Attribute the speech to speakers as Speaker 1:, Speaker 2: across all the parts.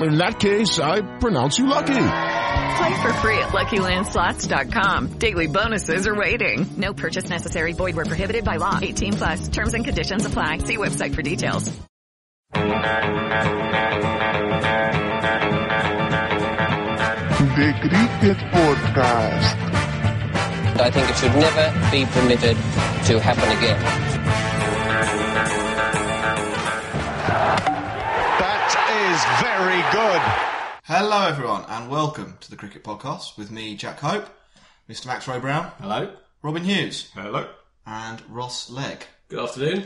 Speaker 1: In that case, I pronounce you lucky.
Speaker 2: Play for free at LuckyLandSlots.com. Daily bonuses are waiting. No purchase necessary. Void where prohibited by law. 18 plus. Terms and conditions apply. See website for details.
Speaker 3: The Cricket Podcast.
Speaker 4: I think it should never be permitted to happen again.
Speaker 5: That is very good. Hello, everyone, and welcome to the Cricket Podcast with me, Jack Hope, Mr. Max Roy Brown,
Speaker 6: Hello.
Speaker 5: Robin Hughes,
Speaker 6: Hello.
Speaker 5: and Ross Legg.
Speaker 6: Good afternoon.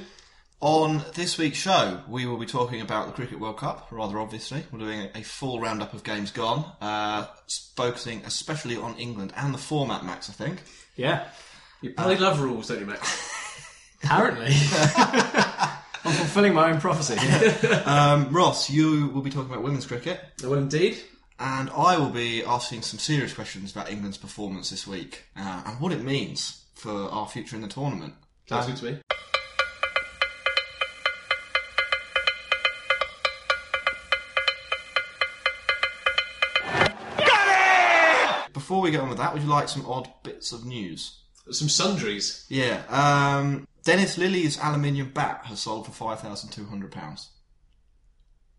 Speaker 5: On this week's show, we will be talking about the Cricket World Cup, rather obviously. We're doing a full roundup of games gone, uh, focusing especially on England and the format, Max, I think. Uh,
Speaker 6: Yeah. You bloody love rules, don't you, Max? Apparently. I'm fulfilling my own prophecy.
Speaker 5: Um, Ross, you will be talking about women's cricket,
Speaker 6: I will indeed.
Speaker 5: and I will be asking some serious questions about England's performance this week uh, and what it means for our future in the tournament.
Speaker 6: Sounds good to me.
Speaker 5: Before we get on with that, would you like some odd bits of news?
Speaker 6: Some sundries.
Speaker 5: Yeah. Um, Dennis Lilly's aluminium bat has sold for five thousand two hundred pounds.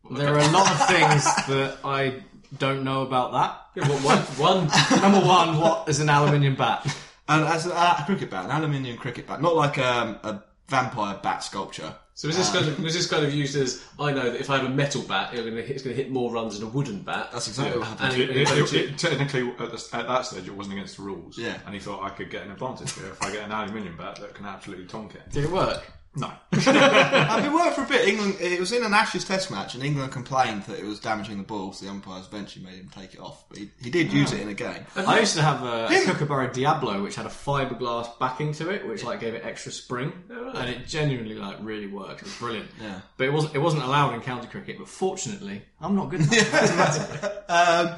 Speaker 7: There are a lot of things that I don't know about that.
Speaker 6: Yeah, what, one, one.
Speaker 7: Number one, what is an aluminium bat?
Speaker 5: And that's a, a cricket bat, an aluminium cricket bat, not like um, a vampire bat sculpture.
Speaker 6: So was this kind of was this kind of used as I know that if I have a metal bat, it's going to hit, it's going to hit more runs than a wooden bat.
Speaker 5: That's exactly what happened.
Speaker 6: And
Speaker 8: It,
Speaker 6: it-
Speaker 8: it,
Speaker 6: it-
Speaker 8: it, it, technically, at, the, at that stage, it wasn't against the rules.
Speaker 5: Yeah.
Speaker 8: And he thought I could get an advantage here if I get an aluminium bat that can absolutely tonk it.
Speaker 7: Did it work?
Speaker 8: No.
Speaker 5: I mean, it worked for a bit. England. It was in an Ashes Test match, and England complained that it was damaging the ball, so the umpires eventually made him take it off. But he, he did use it in a game.
Speaker 7: I used to have a Kookaburra Diablo, which had a fiberglass backing to it, which like gave it extra spring,
Speaker 6: Oh,
Speaker 7: and it genuinely like really worked. It was brilliant.
Speaker 5: Yeah.
Speaker 7: But it wasn't it wasn't allowed in county cricket. But fortunately, I'm not good. Enough.
Speaker 5: Um,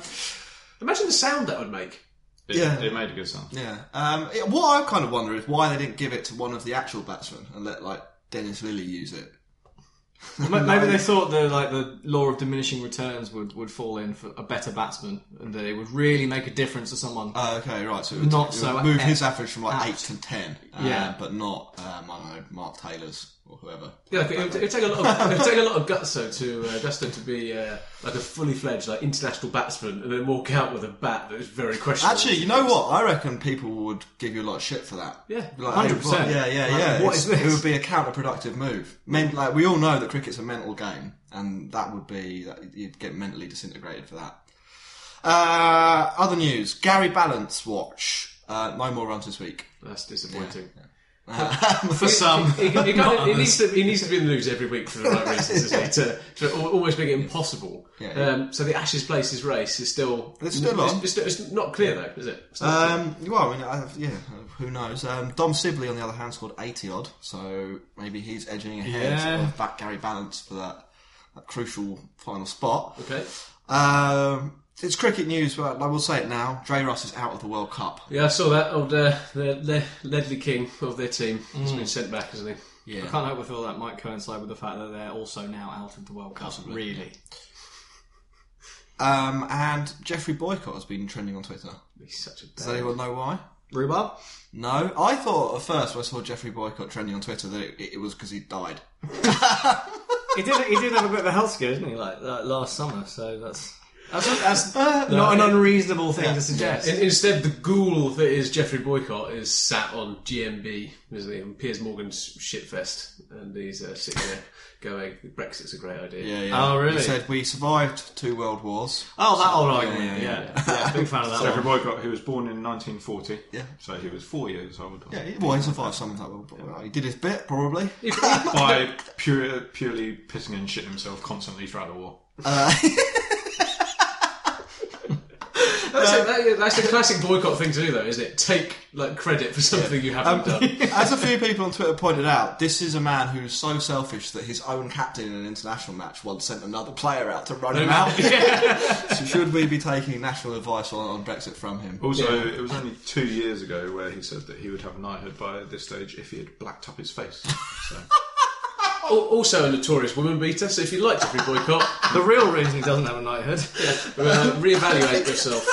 Speaker 6: imagine the sound that would make.
Speaker 8: It,
Speaker 5: Yeah.
Speaker 8: it made a good sound.
Speaker 5: yeah. Um, it- what I kind of wonder is why they didn't give it to one of the actual batsmen and let like Dennis Lilly use it.
Speaker 7: M- Maybe they thought the like the law of diminishing returns would, would fall in for a better batsman, and that it would really make a difference to someone.
Speaker 5: Oh, okay, right. So it would,
Speaker 7: Not
Speaker 5: it
Speaker 7: so
Speaker 5: would move
Speaker 7: apt.
Speaker 5: his average from like
Speaker 7: Apt.
Speaker 5: eight to ten. uh,
Speaker 7: Yeah.
Speaker 5: but not um, I don't know Mark Taylor's or whoever.
Speaker 6: Yeah, like, it, would, it would take a lot of it would take a lot of guts though to uh, gusto to be uh, like a fully fledged like international batsman and then walk out with a bat that is very questionable.
Speaker 5: Actually, you know what? I reckon people would give you a lot of shit for that.
Speaker 6: Yeah,
Speaker 5: Be like,
Speaker 7: 100%.
Speaker 5: hey, Yeah, yeah,
Speaker 7: Like,
Speaker 5: yeah.
Speaker 7: what
Speaker 5: It's-
Speaker 7: is this?
Speaker 5: It would be a counterproductive move. I mean, like we all know that cricket's a mental game, and that would be that you'd get mentally disintegrated for that. Uh, other news: Gary Balance watch. Uh, no more runs this week.
Speaker 6: that's disappointing.
Speaker 7: for some,
Speaker 6: He, he,
Speaker 7: not
Speaker 6: kind of, he,
Speaker 7: others.
Speaker 6: needs to, he needs to be in the news every week for the right reasons, doesn't he? To, to al- almost make it impossible.
Speaker 5: Yeah.
Speaker 6: Um, so the Ashes Places race is still
Speaker 5: It's still on.
Speaker 6: It's, it's- it's not clear though, is it? It's not clear.
Speaker 5: Um, well, I mean, I, yeah, who knows? Um, Dom Sibley, on the other hand, scored 80 odd, so maybe he's edging ahead
Speaker 7: Yeah.
Speaker 5: of back Gary Balance for that, that crucial final spot.
Speaker 6: Okay.
Speaker 5: Um, it's cricket news, but I will say it now. Dre Russ is out of the World Cup.
Speaker 6: Yeah, I saw that. Old uh, the, the Ledley King of their team has been sent back, hasn't he?
Speaker 5: Mm. Yeah.
Speaker 9: I can't help but feel that might coincide with the fact that they're also now out of the World Cup. Really,
Speaker 5: Um, and Jeffrey Boycott has been trending on Twitter.
Speaker 7: He's such a
Speaker 5: Does
Speaker 7: bad-
Speaker 5: anyone know why?
Speaker 9: Rhubarb?
Speaker 5: No. I thought at first when I saw Jeffrey Boycott trending on Twitter that it, it was because he died.
Speaker 9: he did. He did have a bit of a health scare, didn't he? Like uh, last summer. So that's that's, that's
Speaker 5: Uh,
Speaker 7: No,
Speaker 9: not an
Speaker 7: it-
Speaker 9: unreasonable thing
Speaker 7: yeah.
Speaker 9: to suggest.
Speaker 7: In- Instead, the ghoul that is Jeffrey Boycott is sat on GMB, isn't he? On Piers Morgan's shitfest, and he's uh, sitting there going, "Brexit's a great idea."
Speaker 5: Yeah, yeah. He said we survived two world wars.
Speaker 9: Oh, that
Speaker 5: So-
Speaker 9: old argument, yeah. Yeah, big fan of that
Speaker 6: So Jeffrey
Speaker 9: one.
Speaker 6: Boycott, who was born in 1940, yeah, so he was four years old.
Speaker 5: Yeah, he- well, he survived some of that world war. He did his bit, probably.
Speaker 6: by pure, purely pissing and shitting himself constantly throughout the war.
Speaker 5: Uh,
Speaker 7: That's, it, that- yeah, that's the classic boycott thing to do, though, isn't it? Take like credit for something you haven't
Speaker 5: Um,
Speaker 7: done.
Speaker 5: As a few people on Twitter pointed out, this is a man who's so selfish that his own captain in an international match once sent another player out to run him out. so should we be taking national advice on, on Brexit from him?
Speaker 6: Also, it was only two years ago where he said that he would have a knighthood by this stage if he had blacked up his face. So.
Speaker 7: Al- also, a notorious woman beater. So if you like Jeffrey Boycott,
Speaker 9: the real reason he doesn't have a knighthood,
Speaker 7: uh, reevaluate yourself.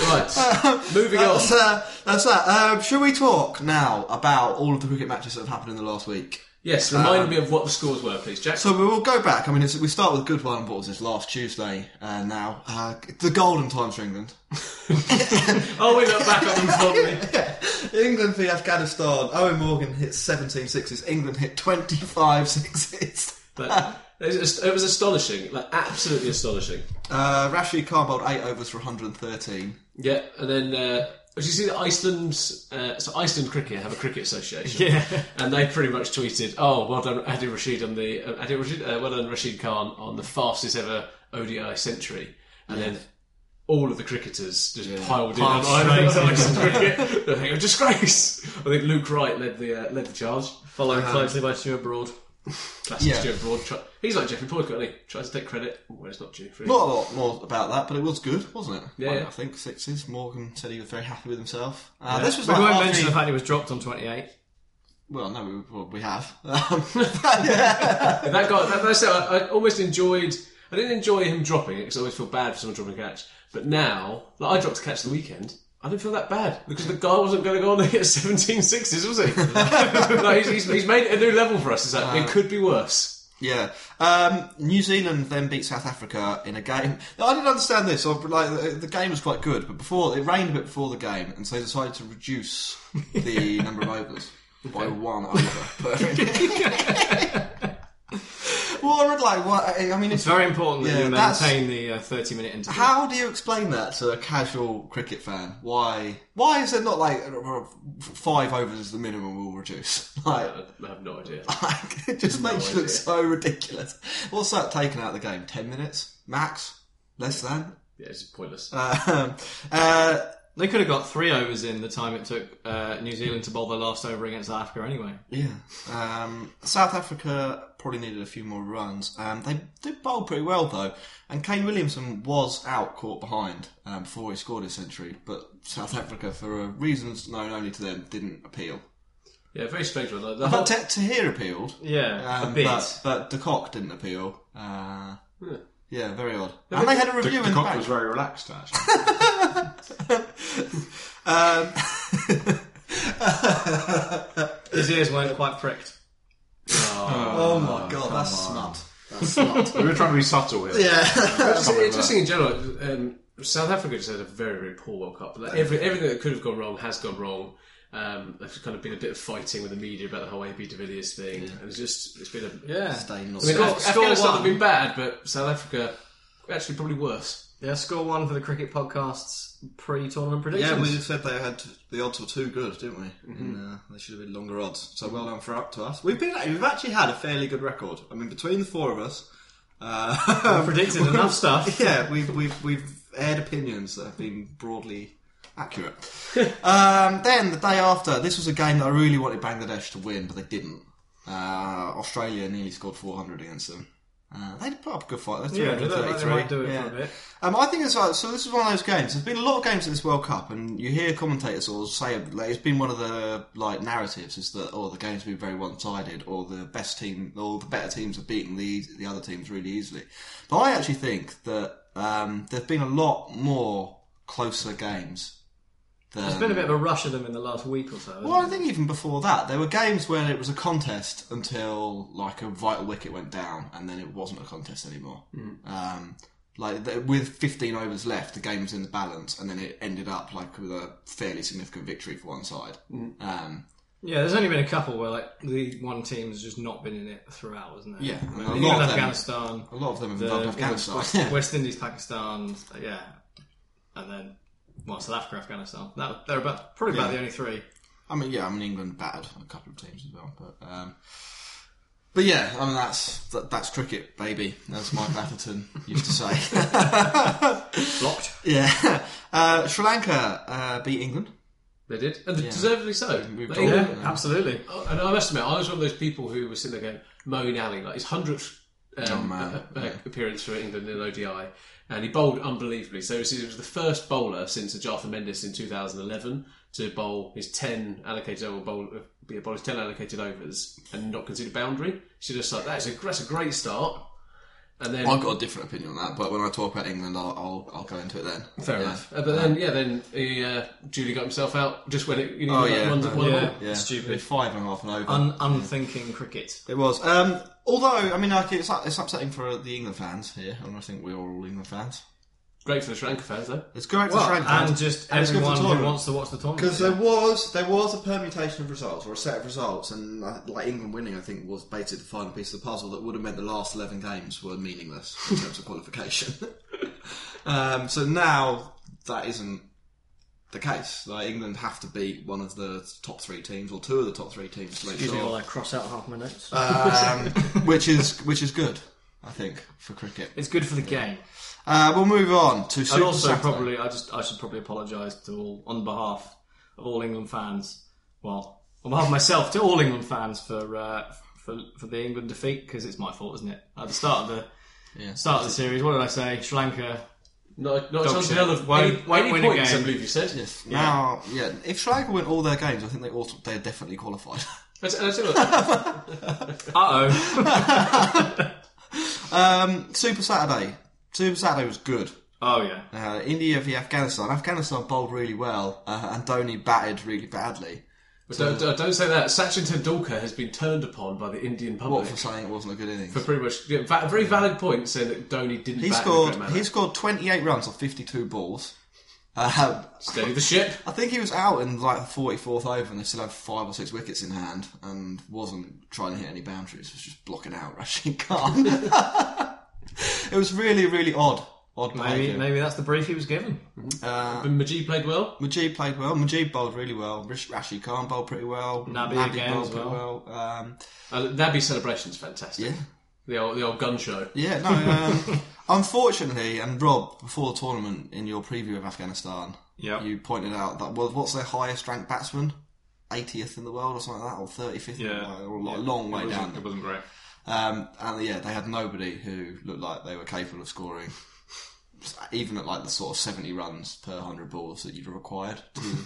Speaker 7: Right, moving on.
Speaker 5: that's, uh, that's that. Um, should we talk now about all of the cricket matches that have happened in the last week?
Speaker 7: Yes, remind
Speaker 5: Um,
Speaker 7: me of what the scores were, please, Jack.
Speaker 5: So we will go back. I mean, it's, we start with good one balls. It's last Tuesday uh, now. Uh, the golden times for England.
Speaker 7: oh, we look back at them fondly.
Speaker 5: England v Afghanistan. Owen Morgan hit 17 sixes. England hit 25 sixes.
Speaker 7: But it was, it was astonishing, like absolutely astonishing.
Speaker 5: Uh, Rashid Khan bowled eight overs for 113.
Speaker 7: Yeah, and then uh, did you see that Iceland's uh, so Iceland cricket have a cricket association?
Speaker 9: Yeah.
Speaker 7: and they pretty much tweeted, "Oh, well done, Adil Rashid on the uh, Adil Rashid, uh, well done, Rashid Khan on the fastest ever ODI century," and then. All of the cricketers just piled in on
Speaker 9: Piled
Speaker 7: Iceland
Speaker 9: straight in.
Speaker 7: Iceland cricket. They're like, A disgrace. I think Luke Wright led the uh, led the charge,
Speaker 9: followed
Speaker 7: Um,
Speaker 9: closely by Stuart Broad.
Speaker 7: Classic
Speaker 5: Yeah.
Speaker 7: Stuart Broad. Try- He's like Jeffrey Boycott, isn't he? Tries to take credit where it's not due. For him.
Speaker 5: Not a lot more about that, but it was good, wasn't it?
Speaker 7: Yeah.
Speaker 5: I think sixes. Morgan said he was very happy with himself. Uh,
Speaker 9: Yeah.
Speaker 5: This was
Speaker 9: we
Speaker 5: like
Speaker 9: won't
Speaker 5: half
Speaker 9: mention
Speaker 5: the-
Speaker 9: the fact he was dropped on 28.
Speaker 5: Well, no, we, well, we have. Um,
Speaker 7: And that guy, that, that's it. I, I almost enjoyed. I didn't enjoy him dropping it because I always feel bad for someone dropping a catch. But now, like I dropped a catch the weekend. I didn't feel that bad because the guy wasn't going to go on and hit 17 sixes, was he? like, he's, he's, he's made it a new level for us. It's like, it could be worse.
Speaker 5: Yeah. Um, New Zealand then beat South Africa in a game. Now, I didn't understand this. I, like the, the game was quite good, but before it rained a bit before the game, and so they decided to reduce the number of overs by one over. well, I'd like what I I mean,
Speaker 9: It's very important that
Speaker 5: Yeah,
Speaker 9: you
Speaker 5: that's-
Speaker 9: maintain the uh, 30 minute interval.
Speaker 5: How do you explain that to a casual cricket fan? Why? Why is there not like five overs is the minimum we'll reduce? Like,
Speaker 7: I I have no idea.
Speaker 5: like it just makes you look so ridiculous. What's that taken out of the game? Ten minutes max, less than.
Speaker 7: Yeah, it's pointless.
Speaker 5: Uh, uh,
Speaker 9: They could have got three overs in the time it took uh, New Zealand to bowl their last over against South Africa anyway.
Speaker 5: yeah. Um, South Africa probably needed a few more runs. Um, they did bowl pretty well though, and Kane Williamson was out caught behind um, before he scored his century. But South Africa, for uh, reasons known only to them, didn't appeal.
Speaker 7: Yeah, very strange one. Like, the whole-
Speaker 5: But Te- Tahir appealed.
Speaker 9: Yeah,
Speaker 5: Um,
Speaker 9: a bit.
Speaker 5: But, but De Kock didn't appeal. Uh,
Speaker 7: Yeah.
Speaker 5: yeah, very odd. And they had a
Speaker 6: The,
Speaker 5: review
Speaker 6: the
Speaker 5: in the
Speaker 6: cock
Speaker 5: back.
Speaker 6: was very relaxed, actually.
Speaker 5: Um,
Speaker 9: His ears weren't quite pricked.
Speaker 5: oh my god, that's smart. That's smart.
Speaker 6: we were trying to be subtle here.
Speaker 5: yeah.
Speaker 7: It's interesting in general. Um, South Africa just had a very, very poor World Cup. Like every, everything that could have gone wrong has gone wrong. Um, there's kind of been a bit of fighting with the media about the whole AB de Villiers thing, and it's just it's been a
Speaker 9: Yeah.
Speaker 5: Stay
Speaker 7: I mean,
Speaker 5: not
Speaker 9: Score-
Speaker 7: Af- Afghanistan
Speaker 9: score
Speaker 7: have
Speaker 9: one.
Speaker 7: been bad, but South Africa actually probably worse.
Speaker 9: Yeah, score one for the cricket podcast's pre tournament predictions.
Speaker 5: said they had the odds were too good, didn't we?
Speaker 9: Mm-hmm.
Speaker 5: And, uh, they should have been longer odds. So well done for up to us. We've been we've actually had a fairly good record. I mean, between the four of us, uh,
Speaker 9: We've predicted enough stuff.
Speaker 5: Yeah, we've we've we've aired opinions that have been broadly accurate. um, then the day after, this was a game that I really wanted Bangladesh to win, but they didn't. Uh, Australia nearly scored 400 against them. Uh, they put up a good fight.
Speaker 7: Yeah,
Speaker 5: They're
Speaker 7: they look like they
Speaker 5: 333.
Speaker 7: might do it for a
Speaker 5: yeah.
Speaker 7: bit.
Speaker 5: Um, I think it's like, so. This is one of those games. There's been a lot of games in this World Cup, and you hear commentators all say like, it's been one of the like narratives is that oh the game's been very one sided, or the best team, or the better teams have beaten the the other teams really easily. But I actually think that um, there's been a lot more closer games. Than,
Speaker 7: There's been a bit of a rush of them in the last week or so. hasn't
Speaker 5: well, I
Speaker 7: there?
Speaker 5: think even before that, there were games where it was a contest until like a vital wicket went down, and then it wasn't a contest anymore.
Speaker 7: Mm.
Speaker 5: Um, like th- with 15 overs left, the game was in the balance, and then it ended up like with a fairly significant victory for one side.
Speaker 7: Mm.
Speaker 5: Um,
Speaker 7: Yeah, there's only been a couple where like the one team has just not been in it throughout, isn't there?
Speaker 5: Yeah, and
Speaker 7: I mean,
Speaker 5: a lot
Speaker 7: even
Speaker 5: of them-
Speaker 7: Afghanistan.
Speaker 5: a lot of them have
Speaker 7: the-
Speaker 5: involved
Speaker 7: you know,
Speaker 5: Afghanistan,
Speaker 7: West,
Speaker 5: yeah.
Speaker 7: West Indies, Pakistan, yeah, and then well, South Africa, Afghanistan. That, they're about probably about
Speaker 5: Yeah.
Speaker 7: the only three.
Speaker 5: I mean, yeah, I mean England battered a couple of teams as well, but um, but yeah, I mean that's that, that's cricket, baby, as Mike Atherton used to say.
Speaker 7: Blocked.
Speaker 5: Yeah, uh, Sri Lanka uh, beat England.
Speaker 6: They did, and
Speaker 5: Yeah.
Speaker 6: deservedly so.
Speaker 5: We've
Speaker 6: Like,
Speaker 5: told
Speaker 6: England-
Speaker 5: them.
Speaker 7: Absolutely.
Speaker 6: Oh, And I must admit, I was one of those people who was sitting there going, Moeen Alley, like his 100th um,
Speaker 5: Oh, man.
Speaker 6: uh, uh,
Speaker 5: Yeah.
Speaker 6: appearance for England in ODI, and he bowled unbelievably. So it was, it was the first bowler since Ajatha Mendes in 2011 to bowl his 10 allocated over bowl, uh, yeah, bowl his 10 allocated overs and not consider boundary. So just like, that's a, that's a great start. And then
Speaker 5: I've got a different opinion on that, but when I talk about England, I'll I'll, I'll go into it then.
Speaker 6: Fair
Speaker 5: Yeah.
Speaker 6: enough. Uh, but then, yeah, then he, uh, Julie got himself out just when it, you know,
Speaker 5: Oh
Speaker 6: like,
Speaker 5: yeah,
Speaker 6: one,
Speaker 5: no,
Speaker 6: one
Speaker 5: yeah,
Speaker 6: all.
Speaker 5: yeah.
Speaker 7: Stupid.
Speaker 5: Five and a half and over.
Speaker 7: Un- unthinking cricket.
Speaker 5: It was. Um, although, I mean, like, it's, it's upsetting for the England fans here, and I think we're all England fans.
Speaker 6: Great for the Sri Lanka fans, though.
Speaker 5: It's great
Speaker 7: Well,
Speaker 5: for Sri Lanka
Speaker 7: and
Speaker 5: fans.
Speaker 7: just
Speaker 5: it's good for the
Speaker 7: everyone who
Speaker 5: tournament.
Speaker 7: wants to watch the tournament,
Speaker 5: Because
Speaker 7: yeah.
Speaker 5: there was there was a permutation of results or a set of results, and uh, like England winning, I think was basically the final piece of the puzzle that would have meant the last eleven games were meaningless in terms of qualification. um, so now that isn't the case. Like England have to beat one of the top three teams or two of the top three teams to make
Speaker 7: Excuse me
Speaker 5: sure.
Speaker 7: while I cross out half my notes.
Speaker 5: um, which is which is good, I think, for cricket.
Speaker 7: it's good for the game.
Speaker 5: Uh, we'll move on to
Speaker 7: and
Speaker 5: Super
Speaker 7: also
Speaker 5: Saturday.
Speaker 7: probably I just I should probably apologise to all on behalf of all England fans. Well, on behalf of myself to all England fans for uh, for for the England defeat because it's my fault, isn't it? At the start of the
Speaker 5: Yeah.
Speaker 7: start of the series, what did I say? Sri Lanka.
Speaker 6: Not, not a
Speaker 7: Dog
Speaker 6: chance in
Speaker 7: shit.
Speaker 6: hell of
Speaker 7: Won't-
Speaker 6: any,
Speaker 7: won't
Speaker 6: any
Speaker 7: win a
Speaker 6: points,
Speaker 7: game.
Speaker 6: I believe you said.
Speaker 5: Yes. Now, yeah, if Sri Lanka win all their games, I think they auto- they're definitely qualified.
Speaker 6: Let's- let's have a look.
Speaker 7: Uh oh.
Speaker 5: um, Super Saturday. Super Saturday was good.
Speaker 7: oh yeah.
Speaker 5: Uh, India v Afghanistan. Afghanistan bowled really well, uh, and Dhoni batted really badly.
Speaker 6: But don't, Uh, don't- don't say that. Sachin Tendulkar has been turned upon by the Indian
Speaker 5: What
Speaker 6: public
Speaker 5: for saying it wasn't a good innings?
Speaker 6: for pretty much yeah, va- very valid point saying that Dhoni didn't.
Speaker 5: He
Speaker 6: bat In
Speaker 5: scored.
Speaker 6: a great
Speaker 5: He
Speaker 6: manner.
Speaker 5: scored 28 runs off 52 balls. Um,
Speaker 6: steady the ship.
Speaker 5: I think he was out in like the 44th over and they still had five or six wickets in hand and wasn't trying to hit any boundaries, was just blocking out Rashid Khan. it was really, really odd. Odd
Speaker 7: Maybe
Speaker 5: behaviour.
Speaker 7: maybe that's the brief he was given.
Speaker 5: Uh,
Speaker 6: But Majid played well.
Speaker 5: Majid played well. Majid bowled really well. Rish- Rashid Khan bowled pretty well.
Speaker 7: Nabi again as
Speaker 5: pretty
Speaker 7: well.
Speaker 5: well. Um,
Speaker 6: Uh, Nabi celebration's fantastic.
Speaker 5: yeah.
Speaker 6: The old the old gun show.
Speaker 5: Yeah, no. Um, unfortunately, and Rob, before the tournament, in your preview of Afghanistan,
Speaker 7: Yep.
Speaker 5: you pointed out that well, what's their highest ranked batsman? 80th in the world or something like that, or 35th, in the world, or a lo- long way
Speaker 8: it
Speaker 5: down.
Speaker 8: wasn't, it wasn't great.
Speaker 5: Um, and yeah, they had nobody who looked like they were capable of scoring, even at like the sort of seventy runs per hundred balls that you'd required to
Speaker 7: Hmm.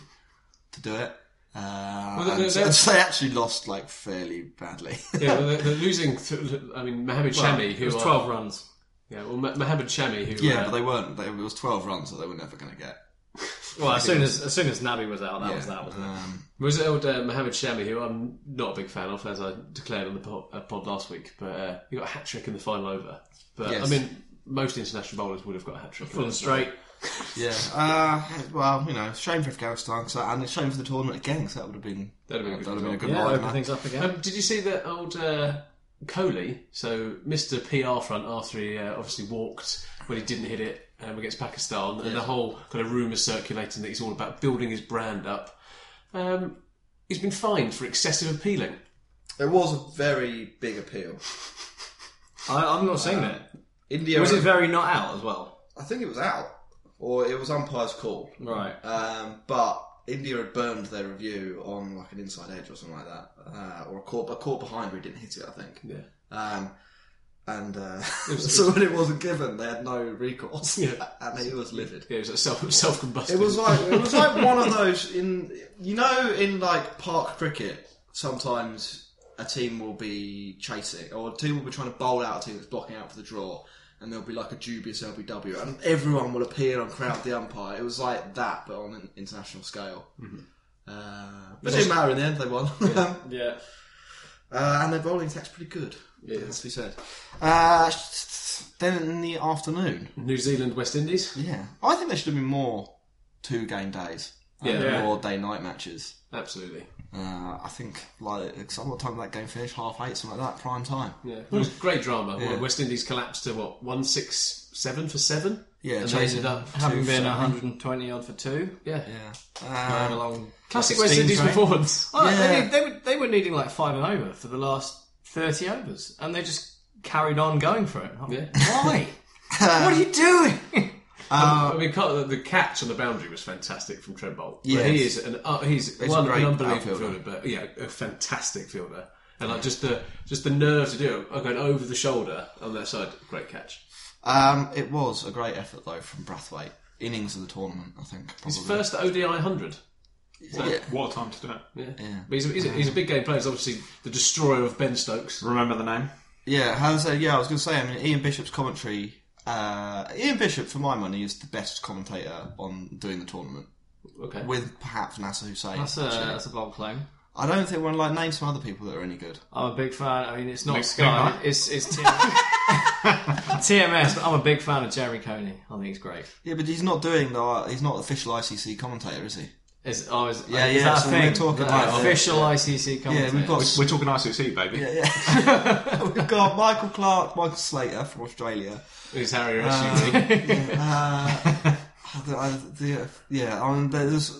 Speaker 5: to do it. Uh,
Speaker 6: Well,
Speaker 5: and,
Speaker 6: they- they-
Speaker 5: and so they actually lost like fairly badly.
Speaker 6: Yeah, well, they're, they're losing. Th- I mean, Mohammed Shami, who
Speaker 7: it was
Speaker 6: are-
Speaker 7: twelve runs.
Speaker 6: Yeah, well, Ma- Mohammed Shami, who
Speaker 5: yeah,
Speaker 6: uh,
Speaker 5: but they weren't. They, it was twelve runs that they were never going to get.
Speaker 7: Well, as soon as as soon as Nabi was out, that
Speaker 5: Yeah,
Speaker 7: was that, wasn't it?
Speaker 5: um,
Speaker 6: Was it old uh, Mohamed Shami, who I'm not a big fan of, as I declared on the pod, uh, pod last week, but uh, he got a hat trick in the final over. But
Speaker 5: Yes.
Speaker 6: I mean, most international bowlers would have got a hat trick.
Speaker 7: Full and straight.
Speaker 5: yeah. Uh, well, you know, shame for Afghanistan, 'cause that, and it's shame for the tournament again, because that would have been
Speaker 6: That'd have been a good
Speaker 5: that'd have been
Speaker 7: Yeah,
Speaker 5: lineup.
Speaker 7: open things up again.
Speaker 6: Um, did you see that old uh, Coley, so Mr. PR front after he uh, obviously walked when he didn't hit it um, against Pakistan, and the whole kind of rumour circulating that he's all about building his brand up? Um, he's been fined for excessive appealing.
Speaker 5: There was a very big appeal.
Speaker 7: I, I've not seen it.
Speaker 6: Uh,
Speaker 5: India
Speaker 7: Was it very not out as well?
Speaker 5: I think it was out, or it was umpire's call.
Speaker 7: Right.
Speaker 5: Um, but India had burned their review on like an inside edge or something like that, uh, or a caught a caught behind where he didn't hit it. I think.
Speaker 6: Yeah.
Speaker 5: Um, and uh,
Speaker 7: It was-
Speaker 5: so when it wasn't given, they had no recourse,
Speaker 7: Yeah.
Speaker 5: and he was livid.
Speaker 7: Yeah, it was like self self combustion.
Speaker 5: It was like it was like one of those in you know in like park cricket. Sometimes a team will be chasing, or a team will be trying to bowl out a team that's blocking out for the draw, and there'll be like a dubious LBW, and everyone will appear and crowd the umpire. It was like that, but on an international scale. Uh, Mm-hmm. but it didn't matter in the end; they won.
Speaker 7: Yeah. Yeah.
Speaker 5: Uh, and their bowling attack's pretty good.
Speaker 7: Yeah.
Speaker 5: It has to be said. Uh, then in the afternoon,
Speaker 7: New Zealand, West Indies.
Speaker 5: Yeah, I think there should have been more two game days. and
Speaker 7: Yeah.
Speaker 5: more day night matches.
Speaker 7: Absolutely.
Speaker 5: Uh, I think like it's- what time did that game finish? Half eight, something like that, prime time.
Speaker 7: Yeah, it was great drama.
Speaker 5: Yeah.
Speaker 7: Well, West Indies collapsed to what one six seven for seven.
Speaker 5: Yeah,
Speaker 7: and they
Speaker 5: chasing
Speaker 7: ended up
Speaker 10: Having
Speaker 7: two
Speaker 10: been
Speaker 7: for-
Speaker 10: 120 odd for two.
Speaker 7: Yeah.
Speaker 5: Yeah. Um,
Speaker 10: Going along.
Speaker 7: Classic
Speaker 10: like a
Speaker 7: West
Speaker 10: steam
Speaker 7: Indies
Speaker 10: train.
Speaker 7: performance.
Speaker 10: Oh,
Speaker 7: Yeah.
Speaker 10: they, they, were, they were needing like five and over for the last 30 overs, and they just carried on going for it.
Speaker 7: Yeah.
Speaker 10: Why? what are you doing?
Speaker 5: Um,
Speaker 7: I mean, Car- the- the catch on the boundary was fantastic from Trent Bolt. Yeah,
Speaker 5: Yes.
Speaker 7: he is an uh, he's
Speaker 5: He's a
Speaker 7: one
Speaker 5: great
Speaker 7: an unbelievable
Speaker 5: outfielder.
Speaker 7: fielder, but yeah, a fantastic fielder. And like just the just the nerve to do it, uh, going over the shoulder on that side, great catch.
Speaker 5: Um, it was a great effort though from Brathwaite. Innings of the tournament, I think. Probably.
Speaker 7: His first ODI hundred.
Speaker 5: yeah.
Speaker 6: What a time to do it.
Speaker 7: Yeah,
Speaker 5: Yeah.
Speaker 7: But he's a, he's, a, he's a big game player. He's obviously the destroyer of Ben Stokes.
Speaker 6: Remember the name?
Speaker 5: Yeah, how's that? Yeah, I was going to say. I mean, Ian Bishop's commentary. Uh, Ian Bishop, for my money, is the best commentator on doing the tournament,
Speaker 7: Okay,
Speaker 5: with perhaps Nasser Hussain.
Speaker 10: That's a,
Speaker 5: actually.
Speaker 10: that's a bold claim.
Speaker 5: I don't think one like name some other people that are any good.
Speaker 10: I'm a big fan. I mean, it's not
Speaker 6: Nick-
Speaker 10: Sky.
Speaker 6: Nick Knight?
Speaker 10: It's it's T- TMS. But I'm a big fan of Jerry Coney. I think he's great.
Speaker 5: Yeah, but he's not doing the. He's not official ICC commentator, is he?
Speaker 10: Is, oh, is,
Speaker 5: Yeah,
Speaker 10: is
Speaker 5: yeah,
Speaker 10: That a
Speaker 5: so
Speaker 10: thing?
Speaker 5: we're talking
Speaker 10: Is that
Speaker 5: like
Speaker 10: an
Speaker 5: that.
Speaker 10: official ICC commentator.
Speaker 5: we've got-
Speaker 6: We're talking ICC, baby.
Speaker 5: Yeah, yeah. We've got Michael Clark, Michael Slater from Australia.
Speaker 7: he's Harry SUV.
Speaker 5: Uh, the, I, the, yeah, I mean, there's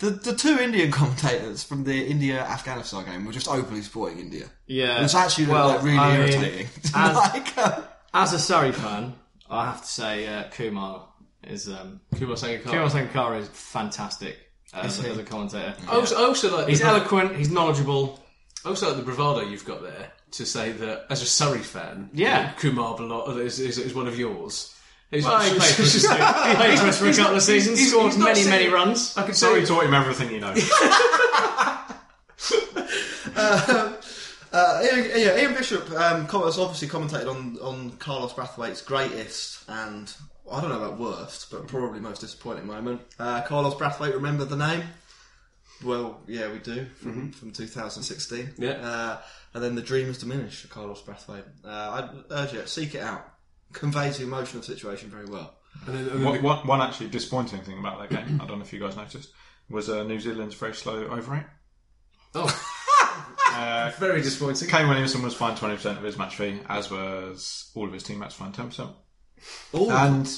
Speaker 5: the the two Indian commentators from the India Afghanistan game were just openly supporting India.
Speaker 10: Yeah.
Speaker 5: It was actually
Speaker 10: Well,
Speaker 5: like, really
Speaker 10: I mean,
Speaker 5: irritating.
Speaker 10: as-
Speaker 5: like, uh,
Speaker 10: As a Surrey fan, I have to say uh, Kumar is um,
Speaker 7: Kumar Sangakkara.
Speaker 10: Kumar Sangakkara is fantastic uh, as,
Speaker 5: he?
Speaker 10: a, as a commentator.
Speaker 7: I also, I also like
Speaker 10: He's
Speaker 7: the-
Speaker 10: eloquent. He's knowledgeable.
Speaker 7: I also like the bravado you've got there to say that as a Surrey fan,
Speaker 10: Yeah.
Speaker 7: that Kumar Balo- is, is, is one of yours. He's
Speaker 10: Well, he played for us- he played for us for a
Speaker 7: he's
Speaker 10: couple
Speaker 7: not-
Speaker 10: of seasons.
Speaker 7: he's-
Speaker 10: Scored
Speaker 7: he's not
Speaker 10: many
Speaker 7: sitting-
Speaker 10: many runs.
Speaker 7: I can
Speaker 6: So
Speaker 7: say
Speaker 6: we taught him everything you know.
Speaker 5: Uh, Ian- yeah, Ian Bishop um, com- has obviously commentated on, on Carlos Brathwaite's greatest and I don't know about worst, but probably most disappointing moment. Uh, Carlos Brathwaite, remember the name? Well, yeah, we do from,
Speaker 10: Mm-hmm.
Speaker 5: from 2016.
Speaker 7: Yeah.
Speaker 5: uh, and then the dreams diminish for Carlos Brathwaite. Uh, I'd urge you seek it out. Conveys the emotional situation very well.
Speaker 7: and then, and then
Speaker 6: One, one, one actually disappointing thing about that game, I don't know if you guys noticed, was uh, New Zealand's very slow Uh, over it.
Speaker 7: the- oh, very disappointing.
Speaker 6: Kane Williamson was fined 20% of his match fee, as was all of his teammates fined 10%.
Speaker 5: Ooh.
Speaker 6: And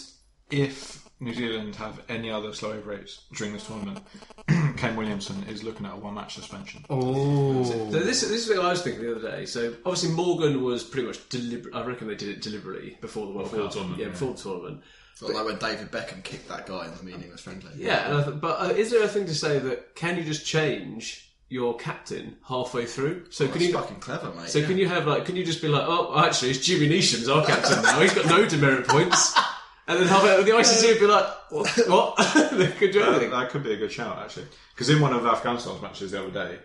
Speaker 6: if New Zealand have any other slow over rates during this tournament, Kane Williamson is looking at a one match suspension.
Speaker 7: Oh. So this, this is what I was thinking the other day. So obviously Morgan was pretty much deliberate. I reckon they did it deliberately before the World
Speaker 6: Before the
Speaker 7: Cup.
Speaker 6: tournament,
Speaker 7: yeah,
Speaker 6: yeah.
Speaker 7: before the tournament.
Speaker 5: Sort of like when David Beckham kicked that guy in the meaningless friendly.
Speaker 7: Yeah, and I th- but uh, is there a thing to say that can you just change your captain halfway through? So
Speaker 5: Well,
Speaker 7: can
Speaker 5: that's
Speaker 7: you
Speaker 5: fucking clever, mate.
Speaker 7: So can you have like? Can you just be like, oh, actually, it's Jimmy Neesham's our captain now. He's got no demerit points. And then halfway up the ICC would be like, what? what? they could do
Speaker 6: That,
Speaker 7: anything.
Speaker 6: that could be a good shout, actually. Because in one of Afghanistan's matches the other day,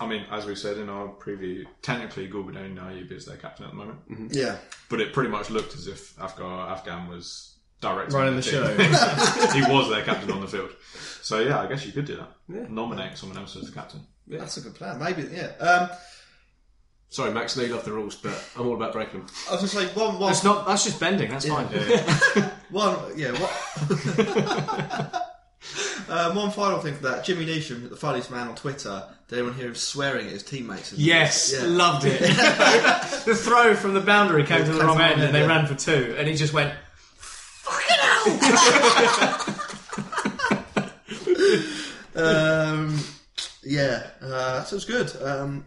Speaker 6: I mean, as we said in our preview, technically Gulbudan Nayib is their captain at the moment.
Speaker 5: yeah.
Speaker 6: But it pretty much looked as if Afghan, Afghan was directing
Speaker 10: Running the
Speaker 6: team. he was their captain on the field. So yeah, I guess you could do that. Nominate someone else as the captain.
Speaker 5: that's a good plan. Maybe, yeah. Um,
Speaker 7: Sorry, Max, I know you love the rules, but I'm all about breaking them.
Speaker 5: I was going to say one, one,
Speaker 10: That's not. That's just bending. That's fine.
Speaker 5: One, yeah. What? um, one final thing for that. Jimmy Neesham, the funniest man on Twitter. Did anyone hear him swearing at his teammates? in the-
Speaker 10: Yes,
Speaker 5: Yeah.
Speaker 10: loved it. the throw from the boundary came to the
Speaker 5: Came
Speaker 10: wrong
Speaker 5: to the
Speaker 10: end,
Speaker 5: wrong
Speaker 10: and they
Speaker 5: end, yeah.
Speaker 10: ran for two, and he just went.
Speaker 5: Um, yeah. Uh, so it's good. Um,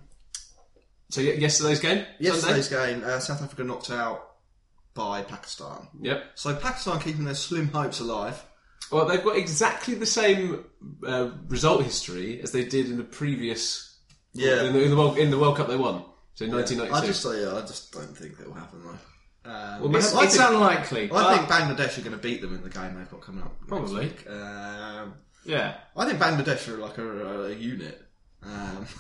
Speaker 7: So ye- yesterday's game,
Speaker 5: yesterday's
Speaker 7: Sunday?
Speaker 5: game, uh, South Africa knocked out by Pakistan.
Speaker 7: Yep.
Speaker 5: So Pakistan keeping their slim hopes alive.
Speaker 7: Well, they've got exactly the same uh, result history as they did in the previous
Speaker 5: Yeah.
Speaker 7: in the, in the World in the World Cup they won.
Speaker 6: So
Speaker 5: Yeah.
Speaker 6: 1992.
Speaker 5: I just yeah, I just don't think it will happen though. Um,
Speaker 7: Well, it's- it's unlikely,
Speaker 5: I
Speaker 7: but-
Speaker 5: think Bangladesh are going to beat them in the game they've got coming up. next
Speaker 7: Probably.
Speaker 5: week. Um,
Speaker 7: Yeah.
Speaker 5: I think Bangladesh are like a, a unit. Um,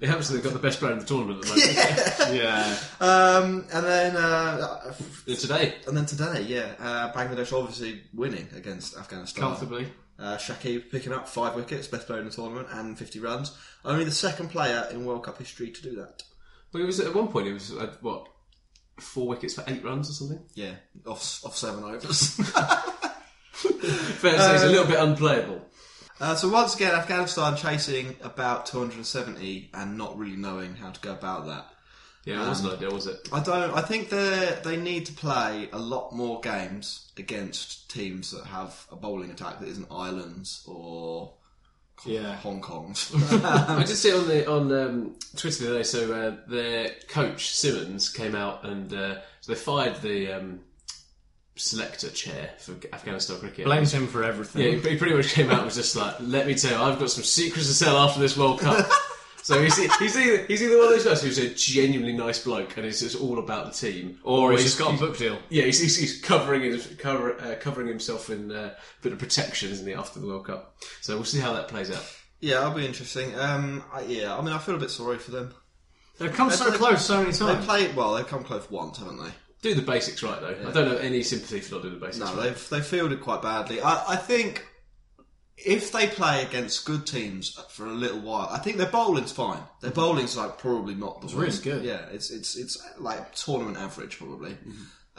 Speaker 6: It helps that they've got the best player in the tournament at the moment. yeah.
Speaker 5: um, and then uh,
Speaker 6: today,
Speaker 5: and then today, yeah, uh, Bangladesh obviously winning against Afghanistan
Speaker 7: Comfortably.
Speaker 5: Uh, Shakib picking up five wickets, best player in the tournament, and 50 runs. Only the second player in World Cup history to do that.
Speaker 6: Well, it was at one point. It was uh, what four wickets for eight runs or something.
Speaker 5: Yeah, off off seven overs.
Speaker 6: Fair to say, it's a little bit unplayable.
Speaker 5: Uh, so once again, Afghanistan chasing about 270 and not really knowing how to go about that. Um,
Speaker 6: Yeah, it wasn't ideal, was it?
Speaker 5: I don't. I think they they need to play a lot more games against teams that have a bowling attack that isn't Ireland's or
Speaker 7: Yeah.
Speaker 5: Hong Kong's.
Speaker 6: I did see on the on um, Twitter the other day. So uh, their coach Simmons came out and uh, so they fired the um, selector chair for Afghanistan cricket.
Speaker 7: Blames him for everything.
Speaker 6: Yeah, he he pretty much came out and was just like, "Let me tell you, I've got some secrets to sell after this World Cup." so he's, he's either he's either one of those guys who's a genuinely nice bloke and it's just all about the team,
Speaker 7: Or he's just got a book deal.
Speaker 6: Yeah, he's, he's, he's covering his, cover, uh, covering himself in uh, a bit of protection, isn't he, after the World Cup? So we'll see how that plays out.
Speaker 5: yeah, that'll be interesting. Um, I, yeah, I mean, I feel a bit sorry for them.
Speaker 7: They've come so
Speaker 5: They-
Speaker 7: close so many
Speaker 5: They
Speaker 7: times.
Speaker 5: played well. They've come close once, haven't they?
Speaker 6: Do the basics right though. I don't have any sympathy for not doing the basics.
Speaker 5: No,
Speaker 6: right.
Speaker 5: they've they fielded quite badly. I, I think if they play against good teams for a little while, I think their bowling's fine. Their
Speaker 6: Mm-hmm.
Speaker 5: bowling's like probably not the
Speaker 7: It's really
Speaker 5: worst.
Speaker 7: good.
Speaker 5: Yeah, it's it's it's like tournament average probably,
Speaker 6: Mm-hmm.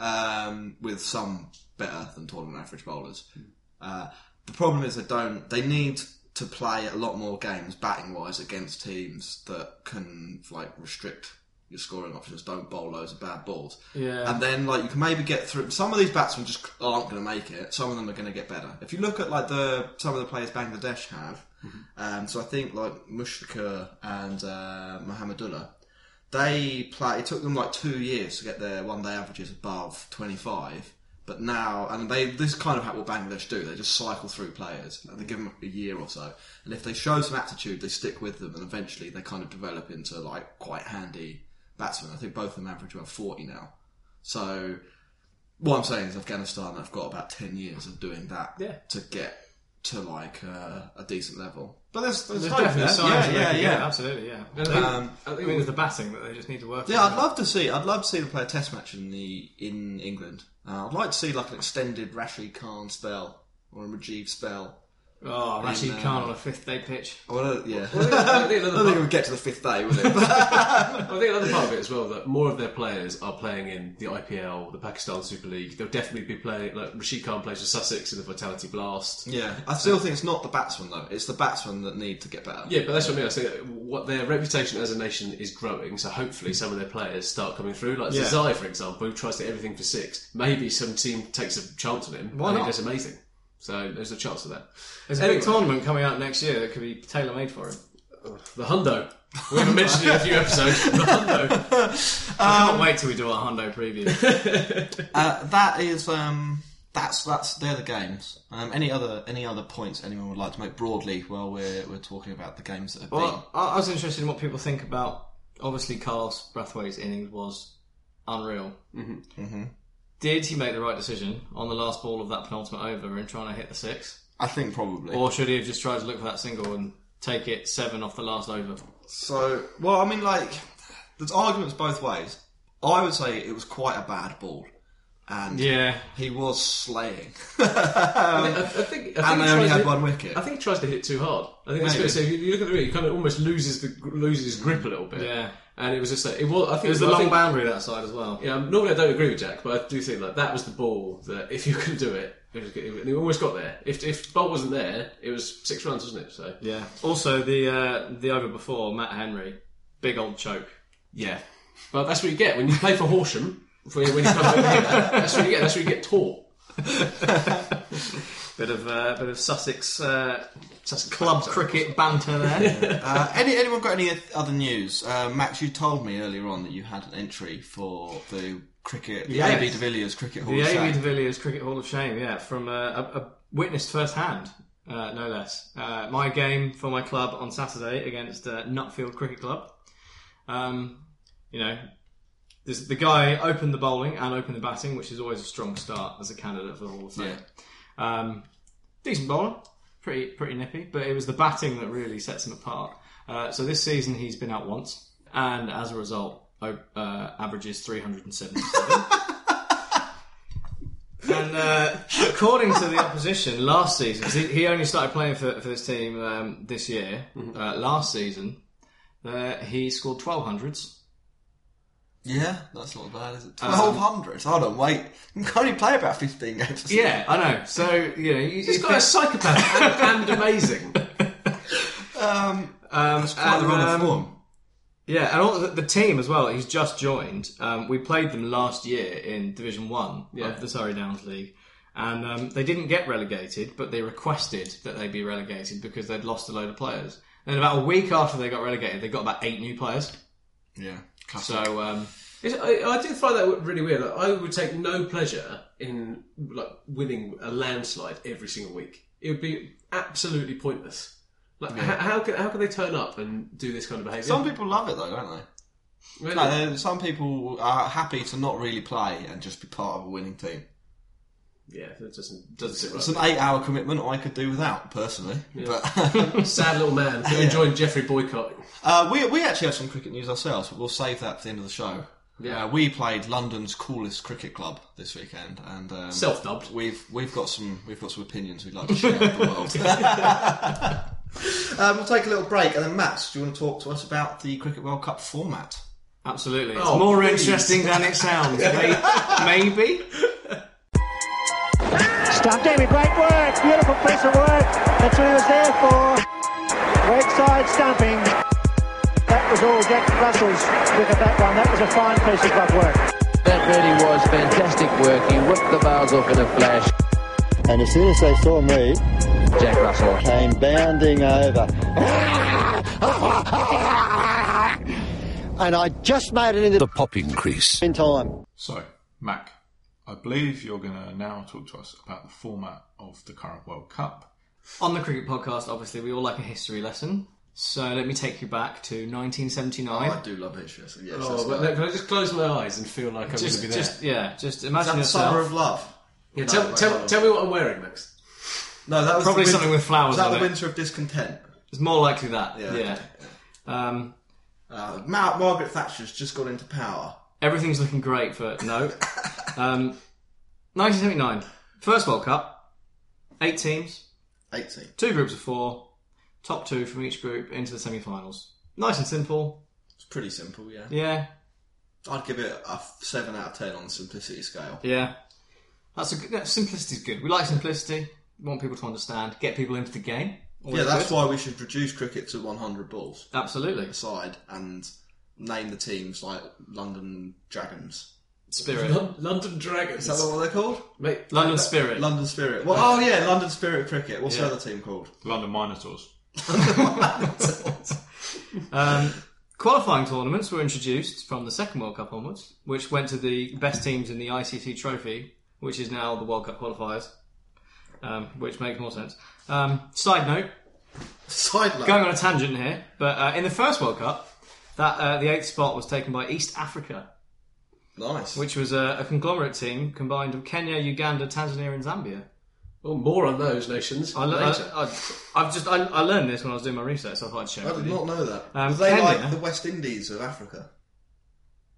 Speaker 5: um, with some better than tournament average bowlers.
Speaker 6: Mm-hmm.
Speaker 5: Uh, the problem is they don't. They need to play a lot more games batting wise against teams that can like restrict your scoring options. Don't bowl loads of bad balls.
Speaker 7: Yeah.
Speaker 5: And then like you can maybe get through. Some of these batsmen just aren't going to make it. Some of them are going to get better. If you look at like the some of the players Bangladesh have, um, so I think like Mushtaqur and uh, Mohammadullah, they play. It took them like two years to get their one day averages above twenty five. But now, and they this is kind of what Bangladesh do. They just cycle through players, and they give them a year or so. And if they show some aptitude, they stick with them, and eventually they kind of develop into like quite handy batsmen. I think both of them average about forty now. So what I'm saying is Afghanistan have got about ten years of doing that
Speaker 6: Yeah.
Speaker 5: to get to like uh, a decent level. But there's there's,
Speaker 7: There's
Speaker 5: hope
Speaker 7: definitely
Speaker 5: there.
Speaker 7: signs
Speaker 5: yeah,
Speaker 7: that they
Speaker 5: yeah,
Speaker 7: could
Speaker 5: yeah.
Speaker 7: get, absolutely, yeah.
Speaker 6: And I think-
Speaker 5: Um,
Speaker 6: I
Speaker 7: I
Speaker 6: think
Speaker 7: mean, with
Speaker 6: with
Speaker 7: the batting that they just need to work.
Speaker 5: Yeah,
Speaker 7: on.
Speaker 5: I'd love to see. I'd love to see them play a test match in the in England. Uh, I'd like to see like an extended Rashid Khan spell or a Rajiv spell.
Speaker 7: Oh, Rashid
Speaker 5: In, uh,
Speaker 7: Khan on a fifth day pitch.
Speaker 5: I wanna- yeah.
Speaker 6: Well, I think- I think another
Speaker 5: I don't think
Speaker 6: part-
Speaker 5: it would get to the fifth day, would it?
Speaker 6: I think another part of it as well that more of their players are playing in the IPL, the Pakistan Super League. They'll definitely be playing. Like Rashid Khan plays for Sussex in the Vitality Blast.
Speaker 5: yeah, I still think it's not the batsmen though. It's the batsmen that need to get better.
Speaker 6: Yeah, but that's what I mean. I say what their reputation as a nation is growing. So hopefully, some of their players start coming through. Like
Speaker 7: Yeah.
Speaker 6: Zazai, for example, who tries to hit everything for six. Maybe some team takes a chance on him.
Speaker 7: Why
Speaker 6: and
Speaker 7: not?
Speaker 6: He does amazing. So there's a chance of that.
Speaker 7: There's a
Speaker 6: Anyway.
Speaker 7: big tournament coming out next year that could be tailor made for him.
Speaker 6: The Hundo. We haven't mentioned it in a few episodes. The Hundo.
Speaker 5: Um,
Speaker 7: I can't wait till we do our Hondo preview.
Speaker 5: Uh, that is um, that's that's they're the games. Um, any other any other points anyone would like to make broadly while we're we're talking about the games that have been?
Speaker 7: well, I I was interested in what people think about. Obviously, Carlos Brathwaite's innings was unreal. Mm-hmm. Mm-hmm. Did he make the right decision on the last ball of that penultimate over in trying to hit the six,
Speaker 5: I think probably.
Speaker 7: or should he have just tried to look for that single and take it seven off the last over?
Speaker 5: So, well, I mean, like, there's arguments both ways. I would say it was quite a bad ball, and
Speaker 7: Yeah, uh,
Speaker 5: he was slaying.
Speaker 6: I think, I think, I
Speaker 5: And
Speaker 6: think
Speaker 5: they
Speaker 6: he
Speaker 5: only
Speaker 6: tries
Speaker 5: had
Speaker 6: to-
Speaker 5: one wicket.
Speaker 6: I think he tries to hit too hard. I think that's
Speaker 5: Maybe.
Speaker 6: good. So if you look at the read, he kind of almost loses the loses his grip a little bit.
Speaker 7: Yeah.
Speaker 6: and it was just like it was. I think
Speaker 7: it was the
Speaker 6: I
Speaker 7: long
Speaker 6: think-
Speaker 7: boundary that side as well.
Speaker 6: Yeah, um, normally I don't agree with Jack, but I do think like that was the ball that if you can do it, it was good. and he almost got there. If if Bolt wasn't there, it was six runs, wasn't it? So
Speaker 7: Yeah. Also, the uh, the over before Matt Henry, big old choke.
Speaker 6: yeah, but that's what you get when you play for Horsham. For when you come over here, that's what you get. That's what you get taught.
Speaker 7: Bit of uh, bit of Sussex uh, club cricket banter there.
Speaker 5: uh, any anyone got any other news? Uh, Max, you told me earlier on that you had an entry for the cricket, the
Speaker 7: Yes.
Speaker 5: AB de Villiers Cricket Hall.
Speaker 7: the
Speaker 5: of
Speaker 7: A.B.
Speaker 5: Fame.
Speaker 7: de Villiers Cricket Hall of Shame. Yeah, from uh, a, a witnessed firsthand, uh, no less. Uh, my game for my club on Saturday against uh, Nutfield Cricket Club. Um, you know, this, the guy opened the bowling and opened the batting, which is always a strong start as a candidate for the Hall of Fame. Um, decent bowler, pretty pretty nippy, but it was the batting that really sets him apart. Uh, so this season he's been out once, and as a result, o- uh, averages 377. and uh, according to the opposition, last season 'cause he, he only started playing for, for this team um, this year. Uh, last season, uh, he scored 1200s.
Speaker 5: Yeah, that's not bad, is it?
Speaker 7: Um,
Speaker 5: Twelve hundred. Hold on, wait. You can only play about fifteen games. a season.
Speaker 7: Yeah, I know. So you know, you,
Speaker 6: He's got a psychopath and, and amazing.
Speaker 5: Um,
Speaker 7: Um,
Speaker 5: quite the run of
Speaker 7: um,
Speaker 5: form.
Speaker 7: Yeah, and all the, the team as well. He's just joined. Um, we played them last year in Division One
Speaker 6: Yeah.
Speaker 7: of the Surrey Downs League, and um, they didn't get relegated, but they requested that they be relegated because they'd lost a load of players. And about a week after they got relegated, they got about eight new players.
Speaker 5: yeah.
Speaker 7: So um,
Speaker 6: It's, I, I do find that really weird. Like, I would take no pleasure in like winning a landslide every single week. It would be absolutely pointless. Like
Speaker 5: Yeah.
Speaker 6: how, how can how can they turn up and do this kind of behaviour?
Speaker 5: Some people love it though, don't they?
Speaker 6: Really?
Speaker 5: Like, uh, some people are happy to not really play and just be part of a winning team.
Speaker 6: yeah, that doesn't doesn't sit right.
Speaker 5: It's an eight-hour commitment I could do without personally.
Speaker 6: Yeah.
Speaker 5: But
Speaker 6: Sad little man who
Speaker 5: Yeah.
Speaker 6: enjoyed Jeffrey boycott.
Speaker 5: Uh, we, we actually have some cricket news ourselves, but we'll save that for the end of the show.
Speaker 6: Yeah.
Speaker 5: Uh, we played London's coolest cricket club this weekend, and um,
Speaker 6: Self-dubbed.
Speaker 5: We've we've got some we've got some opinions we'd like to share with the world. um, we'll take a little break, and then Matt, do you want to talk to us about the Cricket World Cup format?
Speaker 7: absolutely, it's
Speaker 6: Oh,
Speaker 7: more
Speaker 6: please.
Speaker 7: interesting than it sounds. May- Maybe.
Speaker 11: Stop David, great work, beautiful piece of work. That's what he was there for. Leg side stumping. That was all Jack Russell's look at that one. That was a fine piece of club work.
Speaker 4: That really was fantastic work. He whipped the bars off in a flash.
Speaker 12: And as soon as they saw me,
Speaker 4: Jack Russell.
Speaker 12: came bounding over. And I just made it into the
Speaker 13: pop increase
Speaker 12: in time.
Speaker 8: So, Mac, I believe you're going to now talk to us about the format of the current World Cup.
Speaker 7: On the cricket podcast, obviously, we all like a history lesson. So let me take you back to 1979.
Speaker 5: I do love history. So yes,
Speaker 6: Oh, but look, can I just close my eyes and feel like I'm
Speaker 7: Just-
Speaker 6: going to be there?
Speaker 7: just- yeah, just imagine
Speaker 5: that the
Speaker 7: yourself-
Speaker 5: Summer of Love?
Speaker 6: Yeah,
Speaker 5: No,
Speaker 6: tell,
Speaker 5: wait, hold
Speaker 6: tell,
Speaker 5: on.
Speaker 6: tell me what I'm wearing, Max.
Speaker 5: No, that was
Speaker 7: Probably
Speaker 5: the win-
Speaker 7: something with flowers
Speaker 5: Was that
Speaker 7: on
Speaker 5: the
Speaker 7: it.
Speaker 5: Winter of Discontent?
Speaker 7: It's more likely that.
Speaker 5: Yeah.
Speaker 7: Yeah. Um,
Speaker 5: Uh, Ma- Margaret Thatcher's just gone into power.
Speaker 7: everything's looking great for no. Um, 1979, first World Cup, eight teams,
Speaker 5: eight teams,
Speaker 7: two groups of four, top two from each group into the semi-finals. Nice and simple.
Speaker 5: It's pretty simple, yeah.
Speaker 7: Yeah,
Speaker 5: I'd give it a f- seven out of ten on the simplicity scale.
Speaker 7: yeah. That's a good, that simplicity's good. We like simplicity. We want people to understand. Get people into the game.
Speaker 5: yeah,
Speaker 7: Always
Speaker 5: that's
Speaker 7: good.
Speaker 5: why we should reduce cricket to 100 balls
Speaker 7: Absolutely.
Speaker 5: a side and name the teams like London Dragons.
Speaker 7: Spirit.
Speaker 6: Lon- London Dragons.
Speaker 5: Is that what they're called?
Speaker 6: Mate,
Speaker 7: London
Speaker 6: like that-
Speaker 7: Spirit.
Speaker 5: London Spirit. Well, oh yeah, London Spirit Cricket. What's the
Speaker 7: Yeah.
Speaker 5: other team called?
Speaker 8: London Minotaurs.
Speaker 7: Um, qualifying tournaments were introduced from the second World Cup onwards, which went to the best teams in the ICC Trophy, which is now the World Cup qualifiers, um, which makes more sense. Um, side note,
Speaker 5: Side
Speaker 7: going on a tangent here, but uh, in the first World Cup, that uh, the eighth spot was taken by East Africa,
Speaker 5: Nice.
Speaker 7: which was a, a conglomerate team combined of Kenya, Uganda, Tanzania, and Zambia.
Speaker 6: Well, more on those nations
Speaker 7: I, le-
Speaker 6: later.
Speaker 7: I, I, I've just I, I learned this when I was doing my research. So I thought I'd share. it
Speaker 5: I did
Speaker 7: with you.
Speaker 5: not know that.
Speaker 7: Um,
Speaker 5: Were they
Speaker 7: Kenya,
Speaker 5: like the West Indies of Africa?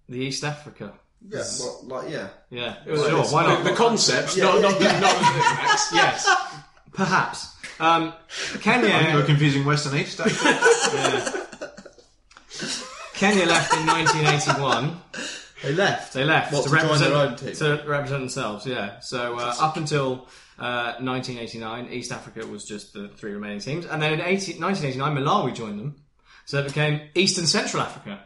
Speaker 7: the East Africa.
Speaker 5: Yeah, well, like yeah.
Speaker 7: Yeah,
Speaker 6: It was-
Speaker 7: sure.
Speaker 6: it's-
Speaker 7: Why not?
Speaker 6: The, the concept,
Speaker 5: Yeah,
Speaker 6: not,
Speaker 5: yeah,
Speaker 6: not,
Speaker 5: yeah.
Speaker 6: not the thing, Max.
Speaker 7: Yes, perhaps. Um, Kenya,
Speaker 8: confusing West and East.
Speaker 7: Kenya left in 1981.
Speaker 5: They left.
Speaker 7: They left
Speaker 5: What,
Speaker 7: to,
Speaker 5: to join
Speaker 7: represent
Speaker 5: their own team?
Speaker 7: to represent themselves. Yeah. So uh, up until uh, 1989, East Africa was just the three remaining teams, and then in 18, 1989, Malawi joined them. So it became East and Central Africa,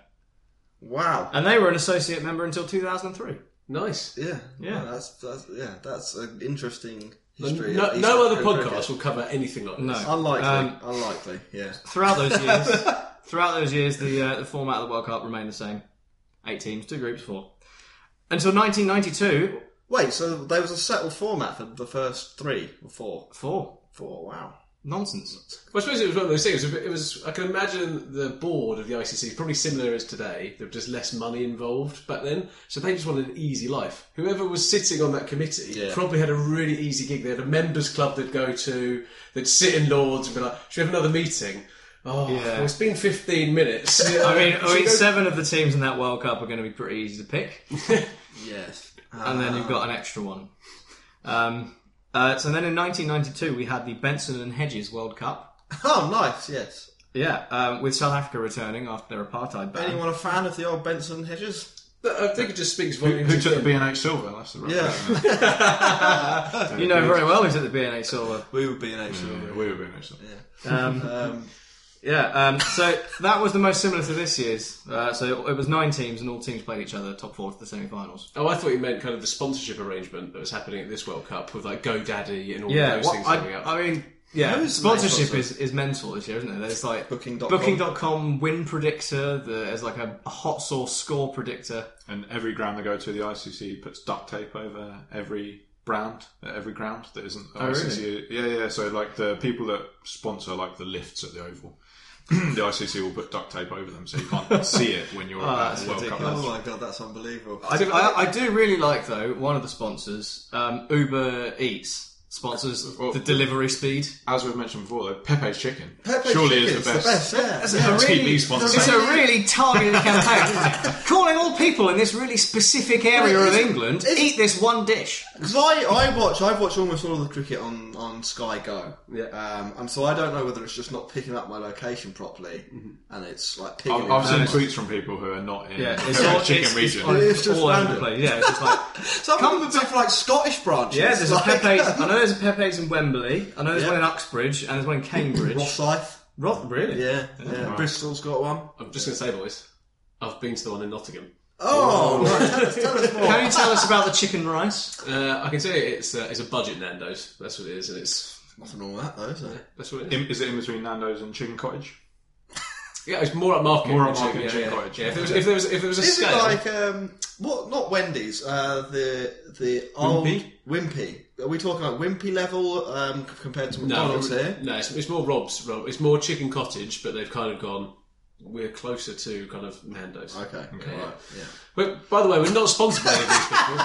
Speaker 5: Wow.
Speaker 7: and they were an associate member until 2003.
Speaker 6: Nice.
Speaker 5: Yeah.
Speaker 7: Yeah.
Speaker 5: Well, that's, that's yeah. That's an interesting history.
Speaker 6: No,
Speaker 5: of East
Speaker 6: no other
Speaker 5: African
Speaker 6: podcast
Speaker 5: cricket.
Speaker 6: will cover anything like this.
Speaker 7: No.
Speaker 5: Unlikely.
Speaker 7: Um,
Speaker 5: unlikely. Yeah.
Speaker 7: Throughout those years, throughout those years, the uh, the format of the World Cup remained the same: eight teams, two groups, four. Until 1992,
Speaker 5: Wait. So there was a settled format for the first three or four.
Speaker 7: four.
Speaker 5: Four. Wow.
Speaker 7: Nonsense.
Speaker 6: Well, I suppose it was one of those things. It was. I can imagine the board of the ICC is probably similar as today. There was just less money involved back then, so they just wanted an easy life. Whoever was sitting on that committee
Speaker 5: Yeah.
Speaker 6: probably had a really easy gig. They had a members' club they'd go to. They'd sit in Lords and be like, "Should we have another meeting?" Oh,
Speaker 7: Yeah.
Speaker 6: well, it's been fifteen minutes.
Speaker 7: I mean,
Speaker 6: Should
Speaker 7: I
Speaker 6: we
Speaker 7: mean
Speaker 6: go-
Speaker 7: seven of the teams in that World Cup are going to be pretty easy to pick.
Speaker 5: Yes.
Speaker 7: and then you've got an extra one. Um, uh, so then in 1992, we had the Benson and Hedges World Cup.
Speaker 5: Oh, nice. Yes.
Speaker 7: Yeah, um, with South Africa returning after their apartheid ban.
Speaker 5: Anyone a fan of the old Benson Hedges?
Speaker 6: I think it just speaks
Speaker 8: Who,
Speaker 6: volumes.
Speaker 8: who took the
Speaker 6: again.
Speaker 8: B&H silver? That's the right
Speaker 5: Yeah.
Speaker 8: question.
Speaker 7: You know very well who's at the B&A Silver.
Speaker 5: We were B&H
Speaker 8: Yeah, we were B&H silver.
Speaker 7: Um, yeah, um, so that was the most similar to this year's. Uh, so it was nine teams, and all teams played each other, top four to the semi-finals.
Speaker 6: Oh, I thought you meant kind of the sponsorship arrangement that was happening at this World Cup with like GoDaddy and all
Speaker 7: yeah,
Speaker 6: of those
Speaker 7: what-
Speaker 6: things coming
Speaker 7: I,
Speaker 6: up.
Speaker 7: I mean, yeah,
Speaker 6: Who's the main
Speaker 7: sponsorship
Speaker 6: sponsor?
Speaker 7: is, is mental this year, isn't it? There's like
Speaker 5: Booking.com.
Speaker 7: Booking.com win predictor. the- There's like a hot sauce score predictor.
Speaker 6: Oh,
Speaker 8: And every ground they go to, the ICC puts duct tape over every brand, every ground that isn't
Speaker 7: Oh, really?
Speaker 8: ICC. Yeah, yeah. So like the people that sponsor like the lifts at the Oval, the ICC will put duct tape over them so you can't see it when you're
Speaker 7: Oh,
Speaker 8: at
Speaker 7: that's
Speaker 8: a World Cup.
Speaker 7: ridiculous.
Speaker 8: match.
Speaker 5: Oh my god, that's unbelievable.
Speaker 7: I, I, I do really like though one of the sponsors, um, Uber Eats sponsors the delivery speed.
Speaker 8: As we've mentioned before, though, Pepe's Chicken
Speaker 7: Pepe's
Speaker 8: surely is
Speaker 7: Chicken's
Speaker 8: the
Speaker 7: the
Speaker 8: best.
Speaker 7: best, yeah. That's a
Speaker 8: TV
Speaker 7: really-
Speaker 8: sponsor.
Speaker 7: it's a really targeted campaign, isn't it? Calling all people in this really specific area
Speaker 5: Well,
Speaker 7: of
Speaker 5: it's-
Speaker 7: England, eat this one dish.
Speaker 5: Because I, I watch I watch almost all of the cricket on, on Sky Go. Yeah. Um, and so I don't know whether it's just not picking up my location properly, and it's like picking.
Speaker 8: I've, I've seen tweets from people who are not in
Speaker 7: Yeah,
Speaker 8: Pepe's
Speaker 7: it's all-
Speaker 8: Chicken
Speaker 7: it's- it's
Speaker 8: region.
Speaker 7: on-
Speaker 5: It's just
Speaker 7: all over the
Speaker 5: random.
Speaker 7: place, yeah, it's just like
Speaker 5: Some of them have like Scottish branches.
Speaker 7: Yeah, there's
Speaker 5: like,
Speaker 7: a Pepe's. I know there's a Pepe's in Wembley. I know there's
Speaker 5: Yeah.
Speaker 7: one in Uxbridge and there's one in Cambridge.
Speaker 5: Rosyth.
Speaker 7: Roth, really?
Speaker 5: Yeah, yeah.
Speaker 6: Right.
Speaker 5: Bristol's got one.
Speaker 6: I'm just going to say, boys, I've been to the one in Nottingham.
Speaker 5: Oh, right, tell us, tell us more.
Speaker 7: Can you tell us about the chicken rice?
Speaker 6: Uh, I can tell you it's uh, it's a budget Nando's. That's what it is, and it's
Speaker 5: Nothing wrong with that though, is it?
Speaker 6: that's what it is.
Speaker 8: In- is it in between Nando's and Chicken Cottage?
Speaker 6: Yeah, it's more up market.
Speaker 8: More
Speaker 6: than
Speaker 8: upmarket
Speaker 6: chicken,
Speaker 8: than
Speaker 6: yeah,
Speaker 8: chicken
Speaker 6: yeah.
Speaker 8: cottage.
Speaker 6: Yeah, if, there was, if there was if there was a
Speaker 5: Is
Speaker 6: scale,
Speaker 5: it like um, what? Not Wendy's. Uh, the the old
Speaker 6: Wimpy?
Speaker 5: Wimpy. Are we talking like Wimpy level um, c- compared to
Speaker 6: no,
Speaker 5: McDonald's here?
Speaker 6: no, it's, it's more Rob's. Rob, it's more chicken cottage, but they've kind of gone. We're closer to kind of Nando's.
Speaker 5: Okay,
Speaker 6: Yeah.
Speaker 5: right, yeah.
Speaker 6: But by the way, we're not sponsored by any of these people.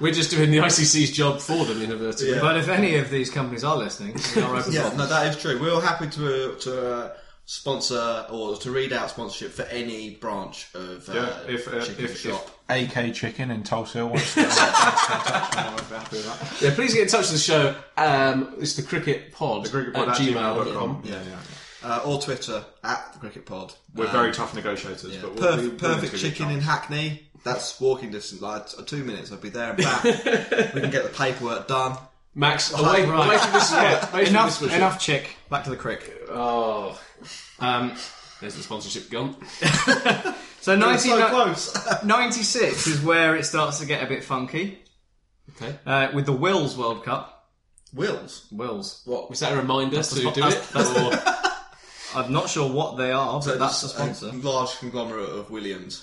Speaker 6: We're just doing the ICC's job for them, inadvertently.
Speaker 5: Yeah.
Speaker 7: But if any of these companies are listening, we are open
Speaker 5: Yeah,
Speaker 7: to
Speaker 5: no, that is true. We're happy to uh, to uh, sponsor or to read out sponsorship for any branch of uh,
Speaker 8: Yeah, if, uh,
Speaker 5: chicken
Speaker 8: if,
Speaker 5: shop.
Speaker 8: if AK Chicken in Tulsa wants to get in touch with us,
Speaker 6: Yeah, please get in touch with the show. Um, it's the cricket pod,
Speaker 8: The cricket pod
Speaker 6: at
Speaker 8: at
Speaker 6: gmail.com.
Speaker 8: gmail.com. Yeah, yeah.
Speaker 5: uh, or Twitter at the Cricket Pod.
Speaker 8: We're
Speaker 5: Um,
Speaker 8: very tough negotiators,
Speaker 5: yeah.
Speaker 8: but we'll,
Speaker 5: Perf-
Speaker 8: we'll
Speaker 5: perfect chicken in Hackney. That's walking distance. Like t- two minutes, I'll be there and back. we can get the paperwork done.
Speaker 6: Max,
Speaker 5: Right,
Speaker 6: away,
Speaker 5: right.
Speaker 6: away from this
Speaker 7: that.
Speaker 6: away from
Speaker 7: enough,
Speaker 6: this one.
Speaker 7: enough chick. Back to the crick.
Speaker 6: Oh,
Speaker 7: Um,
Speaker 6: there's the sponsorship gone.
Speaker 7: so
Speaker 5: We're
Speaker 7: 19,
Speaker 5: so close.
Speaker 7: 96 is where it starts to get a bit funky
Speaker 6: Okay.
Speaker 7: uh, with the Wills World Cup.
Speaker 5: Wills.
Speaker 7: Wills.
Speaker 5: What?
Speaker 6: Was that a reminder to do
Speaker 7: the
Speaker 6: it?
Speaker 7: spot- that's-
Speaker 6: or,
Speaker 7: I'm not sure what they are, but that's the
Speaker 5: a
Speaker 7: sponsor.
Speaker 5: large conglomerate of Williams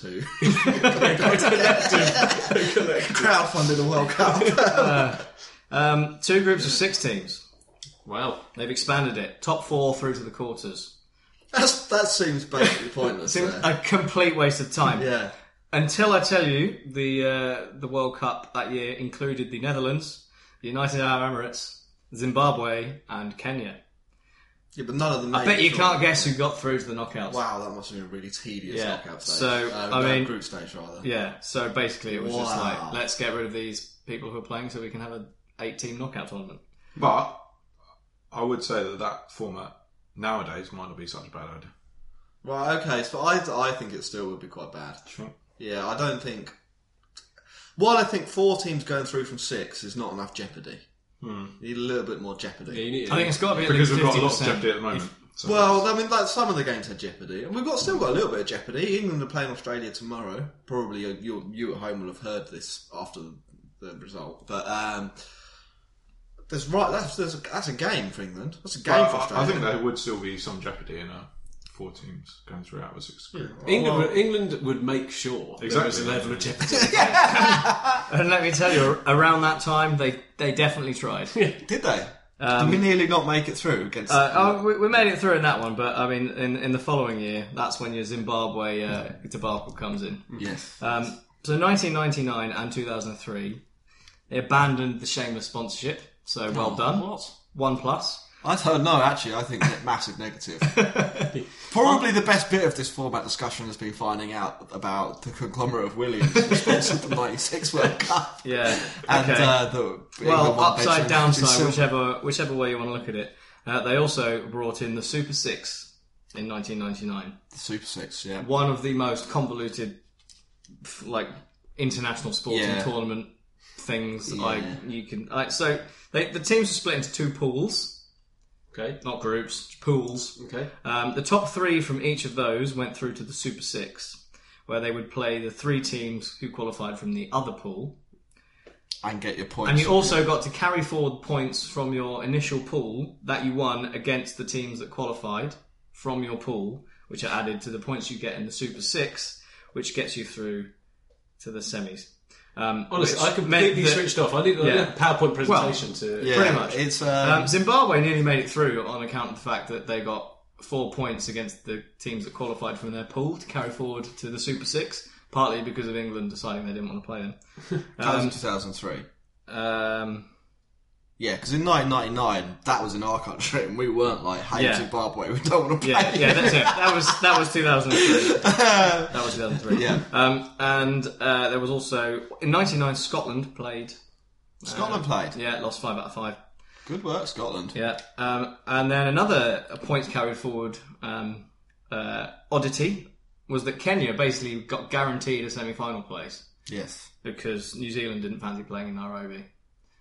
Speaker 5: who crowdfunded the World Cup.
Speaker 7: Um, two groups of six teams.
Speaker 6: wow.
Speaker 7: They've expanded it. Top four through to the quarters.
Speaker 5: That's, that seems basically pointless.
Speaker 7: Seems
Speaker 5: there.
Speaker 7: a complete waste of time.
Speaker 5: yeah.
Speaker 7: Until I tell you, the uh, the World Cup that year included the Netherlands, the United Arab Emirates, Zimbabwe, and Kenya.
Speaker 5: Yeah, but none of them.
Speaker 7: I bet you can't guess who got through to the knockouts.
Speaker 5: Wow, that must have been a really tedious
Speaker 7: Yeah,
Speaker 5: knockout stage.
Speaker 7: so,
Speaker 5: Uh,
Speaker 7: I
Speaker 5: no,
Speaker 7: mean-
Speaker 5: group stage rather.
Speaker 7: Yeah. So basically, it was just
Speaker 5: Wow.
Speaker 7: like, let's get rid of these people who are playing, so we can have an eight-team knockout tournament.
Speaker 8: But I would say that that format nowadays might not be such a bad idea.
Speaker 5: Right. Okay. So I, I think it still would be quite bad. Yeah, I don't think. While I think four teams going through from six is not enough jeopardy.
Speaker 7: Hmm.
Speaker 5: You need a little bit more jeopardy.
Speaker 6: Yeah, you need-
Speaker 7: I think it's got to be at
Speaker 8: Because
Speaker 7: least
Speaker 8: we've got a lot of
Speaker 7: 50%.
Speaker 8: jeopardy at the moment. So
Speaker 5: Well, I mean, like some of the games had jeopardy, and we've got still got a little bit of jeopardy. England are playing Australia tomorrow. Probably you, you, you at home will have heard this after the, the result, but um, there's right that's there's a, that's a game for England. That's a
Speaker 8: But
Speaker 5: game for
Speaker 8: I, I
Speaker 5: Australia.
Speaker 8: think there would still be some jeopardy in a four teams going through out of a six group.
Speaker 6: England, would, England would make sure that there was a
Speaker 8: Exactly.
Speaker 6: level of jeopardy.
Speaker 7: And let me tell you, around that time, they they definitely tried.
Speaker 5: Did they?
Speaker 7: Um,
Speaker 5: Did we nearly not make it through against?
Speaker 7: Uh, oh, we, we made it through in that one, but I mean, in, in the following year, that's when your Zimbabwe uh, debacle comes in.
Speaker 5: Yes.
Speaker 7: Um, so 1999 and 2003, they abandoned the shameless sponsorship. So well
Speaker 5: Oh,
Speaker 7: done.
Speaker 5: what?
Speaker 7: One plus.
Speaker 5: I don't know. Actually, I think it's massive negative. Probably the best bit of this format discussion has been finding out about the conglomerate of Williams who sponsored the '96 World Cup.
Speaker 7: Yeah.
Speaker 5: And,
Speaker 7: okay.
Speaker 5: uh, the-
Speaker 7: well,
Speaker 5: England won
Speaker 7: upside
Speaker 5: basically
Speaker 7: downside,
Speaker 5: silver.
Speaker 7: whichever whichever way you want to look at it. Uh, they also brought in the Super Six in 1999.
Speaker 5: The Super Six, yeah.
Speaker 7: One of the most convoluted, f- like international sporting
Speaker 5: Yeah.
Speaker 7: tournament things.
Speaker 5: Yeah.
Speaker 7: Like you can. Like, so they, the teams were split into two pools. Okay. Not groups, pools.
Speaker 6: Okay.
Speaker 7: Um, the top three from each of those went through to the Super Six, where they would play the three teams who qualified from the other pool.
Speaker 5: And get your points.
Speaker 7: And you also got to carry forward points from your initial pool that you won against the teams that qualified from your pool, which are added to the points you get in the Super Six, which gets you through to the semis. Um,
Speaker 6: Honestly,
Speaker 7: which
Speaker 6: I completely
Speaker 7: meant
Speaker 6: switched off. I need- I need a PowerPoint presentation to- Yeah,
Speaker 7: pretty much.
Speaker 5: it's, um,
Speaker 7: Zimbabwe nearly made it through on account of the fact that they got four points against the teams that qualified from their pool to carry forward to the Super Six, partly because of England deciding they didn't want to play them.
Speaker 5: That was
Speaker 7: Um,
Speaker 5: 2003.
Speaker 7: Um,
Speaker 5: yeah, because in 1999, that was in our country, and we weren't like, "Hey,
Speaker 7: Yeah.
Speaker 5: Zimbabwe, we don't want to play."
Speaker 7: Yeah, yeah, that's it. That was that was 2003. that was 2003.
Speaker 5: Yeah.
Speaker 7: Um, and uh, there was also in '99 Scotland played.
Speaker 5: Scotland played.
Speaker 7: uh, Yeah, lost five out of five.
Speaker 5: Good work, Scotland.
Speaker 7: Yeah. Um, and then another uh, points carried forward um, uh, oddity was that Kenya basically got guaranteed a semi-final place
Speaker 5: Yes.
Speaker 7: because New Zealand didn't fancy playing in Nairobi.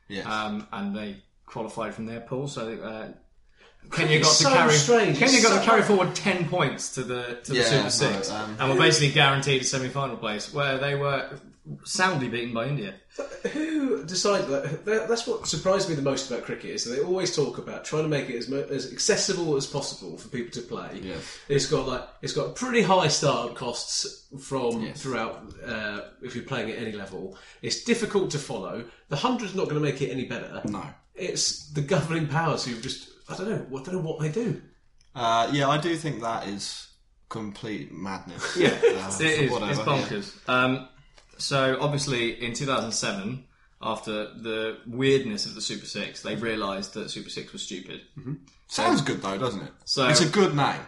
Speaker 5: Yes.
Speaker 7: Um, and they qualified from their pool, so uh,
Speaker 6: Cricket
Speaker 7: Kenya got
Speaker 6: is
Speaker 7: to
Speaker 6: so
Speaker 7: carry
Speaker 6: strange.
Speaker 7: Kenya
Speaker 6: It's
Speaker 7: got
Speaker 6: so-
Speaker 7: to carry forward ten points to the to the
Speaker 6: Yeah,
Speaker 7: Super
Speaker 6: no,
Speaker 7: Six,
Speaker 6: um,
Speaker 7: and were basically guaranteed a semi-final place, where they were soundly beaten by India.
Speaker 6: Who decided that, that? That's what surprised me the most about cricket is that they always talk about trying to make it as, mo- as accessible as possible for people to play. It's got like it's got pretty high start costs from throughout. Uh, if you're playing at any level, it's difficult to follow. The hundred's not going to make it any better.
Speaker 5: No,
Speaker 6: it's the governing powers who just I don't know. I don't know what they do.
Speaker 5: Uh, yeah, I do think that is complete madness.
Speaker 7: Yeah,
Speaker 5: Uh,
Speaker 7: it is.
Speaker 5: whatever,
Speaker 7: It's
Speaker 5: yeah.
Speaker 7: bonkers. Um, so obviously, in 2007, after the weirdness of the Super Six, they realised that Super Six was stupid.
Speaker 5: Mhm. Sounds good though, doesn't it?
Speaker 7: So
Speaker 5: it's a good name.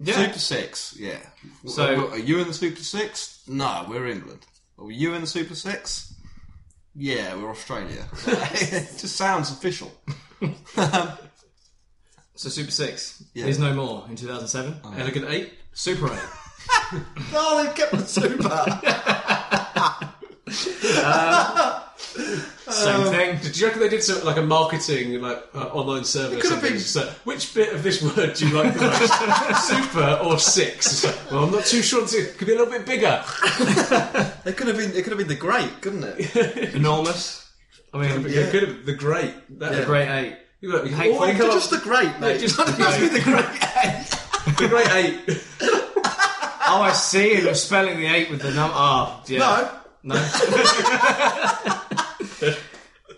Speaker 7: Yeah.
Speaker 5: Super Six. Yeah.
Speaker 7: So-
Speaker 5: So are you in the Super Six? No, we're England. Are you in the Super Six? Yeah, we're Australia. it just sounds official.
Speaker 7: So Super Six
Speaker 5: Yeah.
Speaker 7: is no more in 2007.
Speaker 6: Elegant Eight,
Speaker 7: Super Eight.
Speaker 5: No, they've kept the Super.
Speaker 7: Same thing.
Speaker 6: Um, Did you reckon they did some like a marketing like uh, online survey? Could have been. So, which bit of this word do you like the most, super or six? It's like, well, I'm not too sure. It could be a little bit bigger.
Speaker 5: it could have been. It could have been the Great, couldn't it?
Speaker 7: Enormous. I mean,
Speaker 6: could have,
Speaker 5: yeah.
Speaker 6: could have the great. That,
Speaker 7: The Great Eight.
Speaker 6: You look, you
Speaker 7: Hateful.
Speaker 6: already come
Speaker 5: Just
Speaker 6: up-
Speaker 5: the Great,
Speaker 6: Yeah,
Speaker 5: mate.
Speaker 6: just the
Speaker 5: Don't ask me
Speaker 6: Great.
Speaker 5: the Great.
Speaker 6: the great eight.
Speaker 7: Oh, I see. You're spelling the eight with the number. Oh, yeah. No.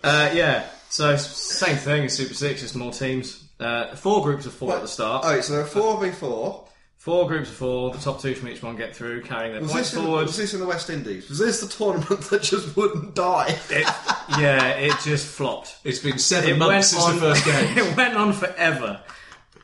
Speaker 7: uh, yeah. So s- same thing as Super Six, just more teams. Uh, four groups of four at the start.
Speaker 5: Oh, so there are four v four.
Speaker 7: Four groups of four. The top two from each one get through, carrying their
Speaker 5: Was
Speaker 7: points
Speaker 5: this, in,
Speaker 7: forward.
Speaker 5: was this in the West Indies? Was this the tournament that just wouldn't die?
Speaker 7: yeah, it just flopped.
Speaker 6: It's been seven months since the first game.
Speaker 7: it went on forever.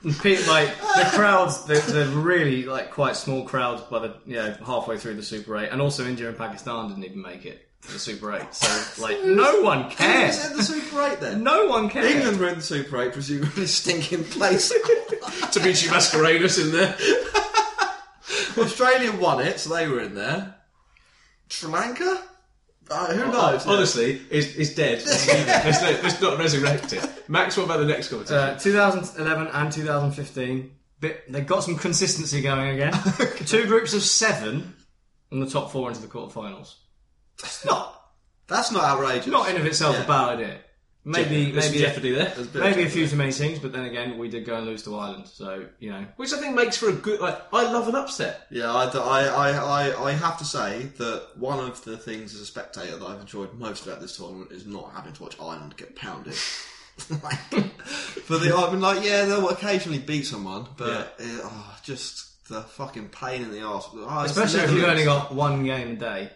Speaker 7: And pe- Like the crowds, the, the really like quite small crowds by the you know halfway through the Super Eight, and also India and Pakistan didn't even make it to the Super Eight. So like no one
Speaker 5: England was
Speaker 7: cares.
Speaker 5: in the Super Eight then.
Speaker 7: No one cares.
Speaker 5: England were in the Super Eight, presumably stinking place.
Speaker 6: Tabichi Masqueraders in there.
Speaker 5: Australia won it, so they were in there. Sri Lanka? Uh, who knows?
Speaker 6: Oh, Honestly, it's, it's dead. let's, not- let's not resurrect it. Max, what about the next competition?
Speaker 7: Uh, 2011 and 2015, bit, they got some consistency going again. Two groups of seven, and the top four into the quarterfinals.
Speaker 5: That's not. That's not outrageous.
Speaker 7: Not in of itself
Speaker 5: Yeah.
Speaker 7: a bad idea. Maybe
Speaker 6: There's some
Speaker 7: maybe
Speaker 6: jeopardy there.
Speaker 5: There's a bit of
Speaker 7: Maybe a
Speaker 5: jeopardy.
Speaker 7: few too many teams, but then again, we did go and lose to Ireland, so you know.
Speaker 6: Which I think makes for a good. Like, I love an upset.
Speaker 5: Yeah, I, I, I, I- I have to say that one of the things as a spectator that I've enjoyed most about this tournament is not having to watch Ireland get pounded. For the, I mean, like, yeah, they'll occasionally beat someone, but uh, oh, just the fucking pain in the arse. Oh, it's
Speaker 7: Especially if you've
Speaker 5: Netherlands.
Speaker 7: only got one game a day.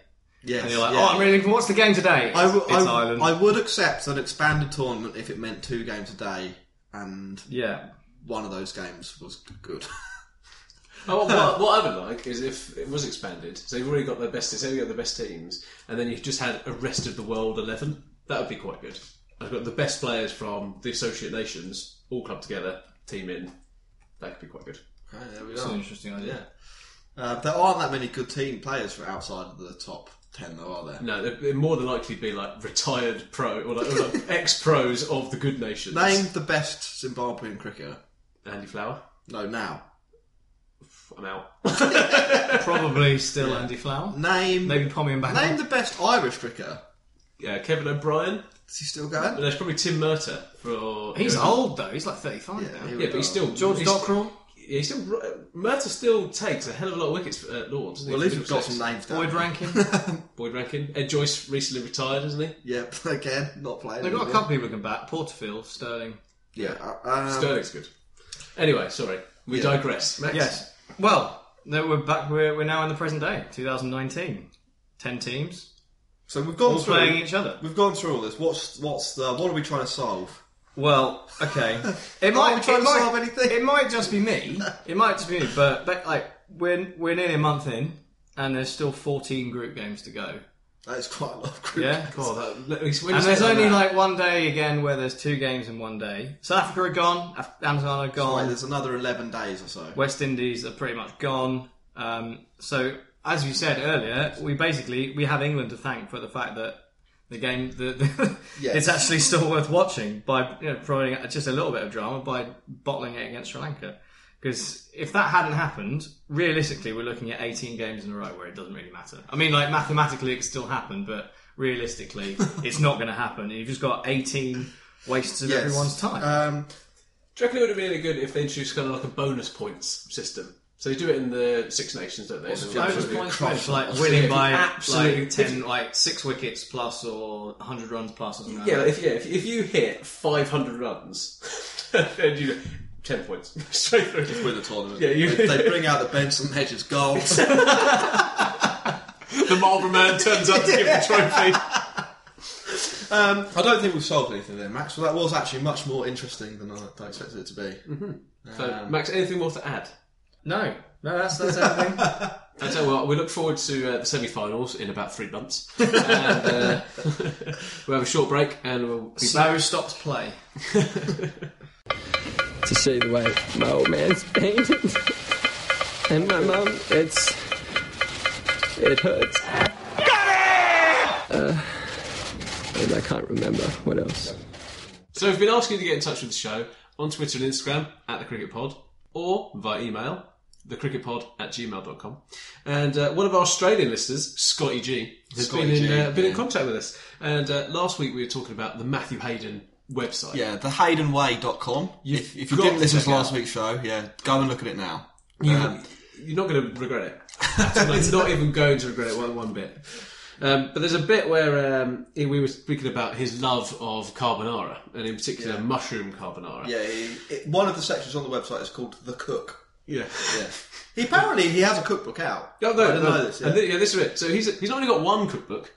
Speaker 5: Yes,
Speaker 7: And you're like,
Speaker 5: yeah.
Speaker 7: oh, I'm really. What's the game today? It's,
Speaker 5: I w-
Speaker 7: it's
Speaker 5: I-
Speaker 7: Ireland.
Speaker 5: I would accept an expanded tournament if it meant two games a day, and
Speaker 7: yeah,
Speaker 5: one of those games was good.
Speaker 6: Oh, what, what I would like is if it was expanded, so you've already got the best, so you got the best teams, and then you just had a rest of the world eleven. That would be quite good. I've got the best players from the associate nations all club together, team in. That could be quite good.
Speaker 5: Okay, there we
Speaker 7: It's
Speaker 5: are.
Speaker 7: an interesting idea.
Speaker 5: Yeah. Uh, there aren't that many good team players for outside of the top ten, though, are there?
Speaker 6: No, it'd it'd more than likely be like retired pro or like, or like ex pros of the good nations.
Speaker 5: Name the best Zimbabwean cricketer.
Speaker 6: Andy Flower.
Speaker 5: No, now.
Speaker 6: I'm out.
Speaker 7: probably still
Speaker 5: Yeah.
Speaker 7: Andy Flower.
Speaker 5: Name
Speaker 7: Maybe Pommy and Banner.
Speaker 5: name the best Irish cricketer.
Speaker 6: Yeah, Kevin O'Brien.
Speaker 5: Is he still going?
Speaker 6: But there's probably Tim Murta for.
Speaker 7: He's
Speaker 6: Yeah.
Speaker 7: old though. He's like 35
Speaker 5: Yeah,
Speaker 7: now.
Speaker 5: he-
Speaker 6: Yeah, but he's still
Speaker 7: George
Speaker 6: he's,
Speaker 7: Dockrell.
Speaker 6: Yeah, he's still Murta still takes a hell of a lot of wickets for- at Lords. doesn't he?
Speaker 5: Well, at least
Speaker 6: For
Speaker 5: we've got
Speaker 6: six.
Speaker 5: some names. down.
Speaker 7: Boyd Rankin.
Speaker 6: Boyd Rankin. Ed Joyce recently retired, isn't he?
Speaker 5: Yep, again, not playing.
Speaker 7: They've got a
Speaker 5: anymore.
Speaker 7: couple people who can bat. Porterfield, Sterling.
Speaker 5: Yeah, uh, um,
Speaker 6: Sterling's good. Anyway, sorry, we
Speaker 5: Yeah.
Speaker 6: digress. Max?
Speaker 7: Yes. Well, no, we're back. We're, we're now in the present day, 2019. Ten teams,
Speaker 5: So we've gone
Speaker 7: all
Speaker 5: through.
Speaker 7: playing each other.
Speaker 5: We've gone through all this. What's what's the what are we trying to solve?
Speaker 7: Well, okay. It
Speaker 5: Are we
Speaker 7: might,
Speaker 5: trying
Speaker 7: it,
Speaker 5: to
Speaker 7: might
Speaker 5: solve anything?
Speaker 7: it might just be me. It might just be me. But, but like we're we're nearly a month in, and there's still 14 group games to go.
Speaker 5: That is quite a lot of group.
Speaker 7: Yeah.
Speaker 6: God, that, when you say
Speaker 7: And there's
Speaker 6: that
Speaker 7: only
Speaker 6: now-
Speaker 7: like one day again where there's two games in one day. South Africa are gone. Af- Amazon are
Speaker 5: So, like,
Speaker 7: gone.
Speaker 5: there's another eleven days or so.
Speaker 7: West Indies are pretty much gone. Um, so as you said earlier, we basically we have England to thank for the fact that the game the, the
Speaker 5: Yes.
Speaker 7: it's actually still worth watching by you know, providing just a little bit of drama by bottling it against Sri Lanka. Because if that hadn't happened, realistically, we're looking at 18 games in a row where it doesn't really matter. I mean, like mathematically, it could still happen, but realistically, it's not going to happen. You've just got 18 wastes of
Speaker 5: Yes.
Speaker 7: everyone's time.
Speaker 5: Um,
Speaker 6: Do you reckon it would have been really good if they introduced kind of like a bonus points system? So they do it in the Six Nations, don't they?
Speaker 5: What's
Speaker 6: And
Speaker 5: the
Speaker 6: then-
Speaker 7: Bonus
Speaker 5: Absolutely
Speaker 7: points
Speaker 5: crushed
Speaker 7: for, like
Speaker 5: us.
Speaker 7: winning
Speaker 6: Yeah,
Speaker 7: by
Speaker 6: absolutely.
Speaker 7: like ten, like six wickets plus or hundred runs plus or something. Like
Speaker 6: Yeah,
Speaker 7: that.
Speaker 6: if, yeah, if, if you hit 500 runs, then you 10 points straight through.
Speaker 5: just win the tournament.
Speaker 6: Yeah, you-
Speaker 5: they, they bring out the Benson Hedges goals.
Speaker 6: The Marlborough man turns up to give the trophy.
Speaker 5: um, I don't think we've solved anything there, Max. Well, that was actually much more interesting than I, I expected it to be.
Speaker 7: Um,
Speaker 6: So, Max, anything more to add?
Speaker 7: No, no, that's that's everything.
Speaker 6: I tell you what, we look forward to uh, the semi-finals in about three months. and, uh, we'll have a short break and we'll be back.
Speaker 7: Snow stops play.
Speaker 4: to see the way my old man's painted. And my mum, it's. It hurts. Got it! Uh, and I can't remember what else.
Speaker 6: So we've been asking you to get in touch with the show on Twitter and Instagram at the Cricket Pod or via email thecricketpod at gmail.com. And uh, one of our Australian listeners, Scotty G, has
Speaker 5: Scotty
Speaker 6: been, in,
Speaker 5: G,
Speaker 6: uh, been in
Speaker 5: yeah.
Speaker 6: contact with us. And uh, last week we were talking about the Matthew Hayden website.
Speaker 5: Yeah, thehaydenway.com.
Speaker 6: You've
Speaker 5: If, if you
Speaker 6: got
Speaker 5: didn't
Speaker 6: to
Speaker 5: listen
Speaker 6: check
Speaker 5: to
Speaker 6: it
Speaker 5: last
Speaker 6: out.
Speaker 5: week's show, yeah, go and look at it now.
Speaker 6: You,
Speaker 5: Um,
Speaker 6: you're not going to regret it. It's not even going to regret it one, one bit. Um, but there's a bit where um, he- we were speaking about his love of carbonara, and in particular mushroom carbonara.
Speaker 5: yeah, it, it- one of the sections on the website is called The Cook.
Speaker 6: yeah.
Speaker 5: Yeah. He apparently he has a cookbook out.
Speaker 6: Oh, no,
Speaker 5: I didn't
Speaker 6: no.
Speaker 5: know this. Yeah.
Speaker 6: And thi- yeah, this is it. So he's he's only got one cookbook.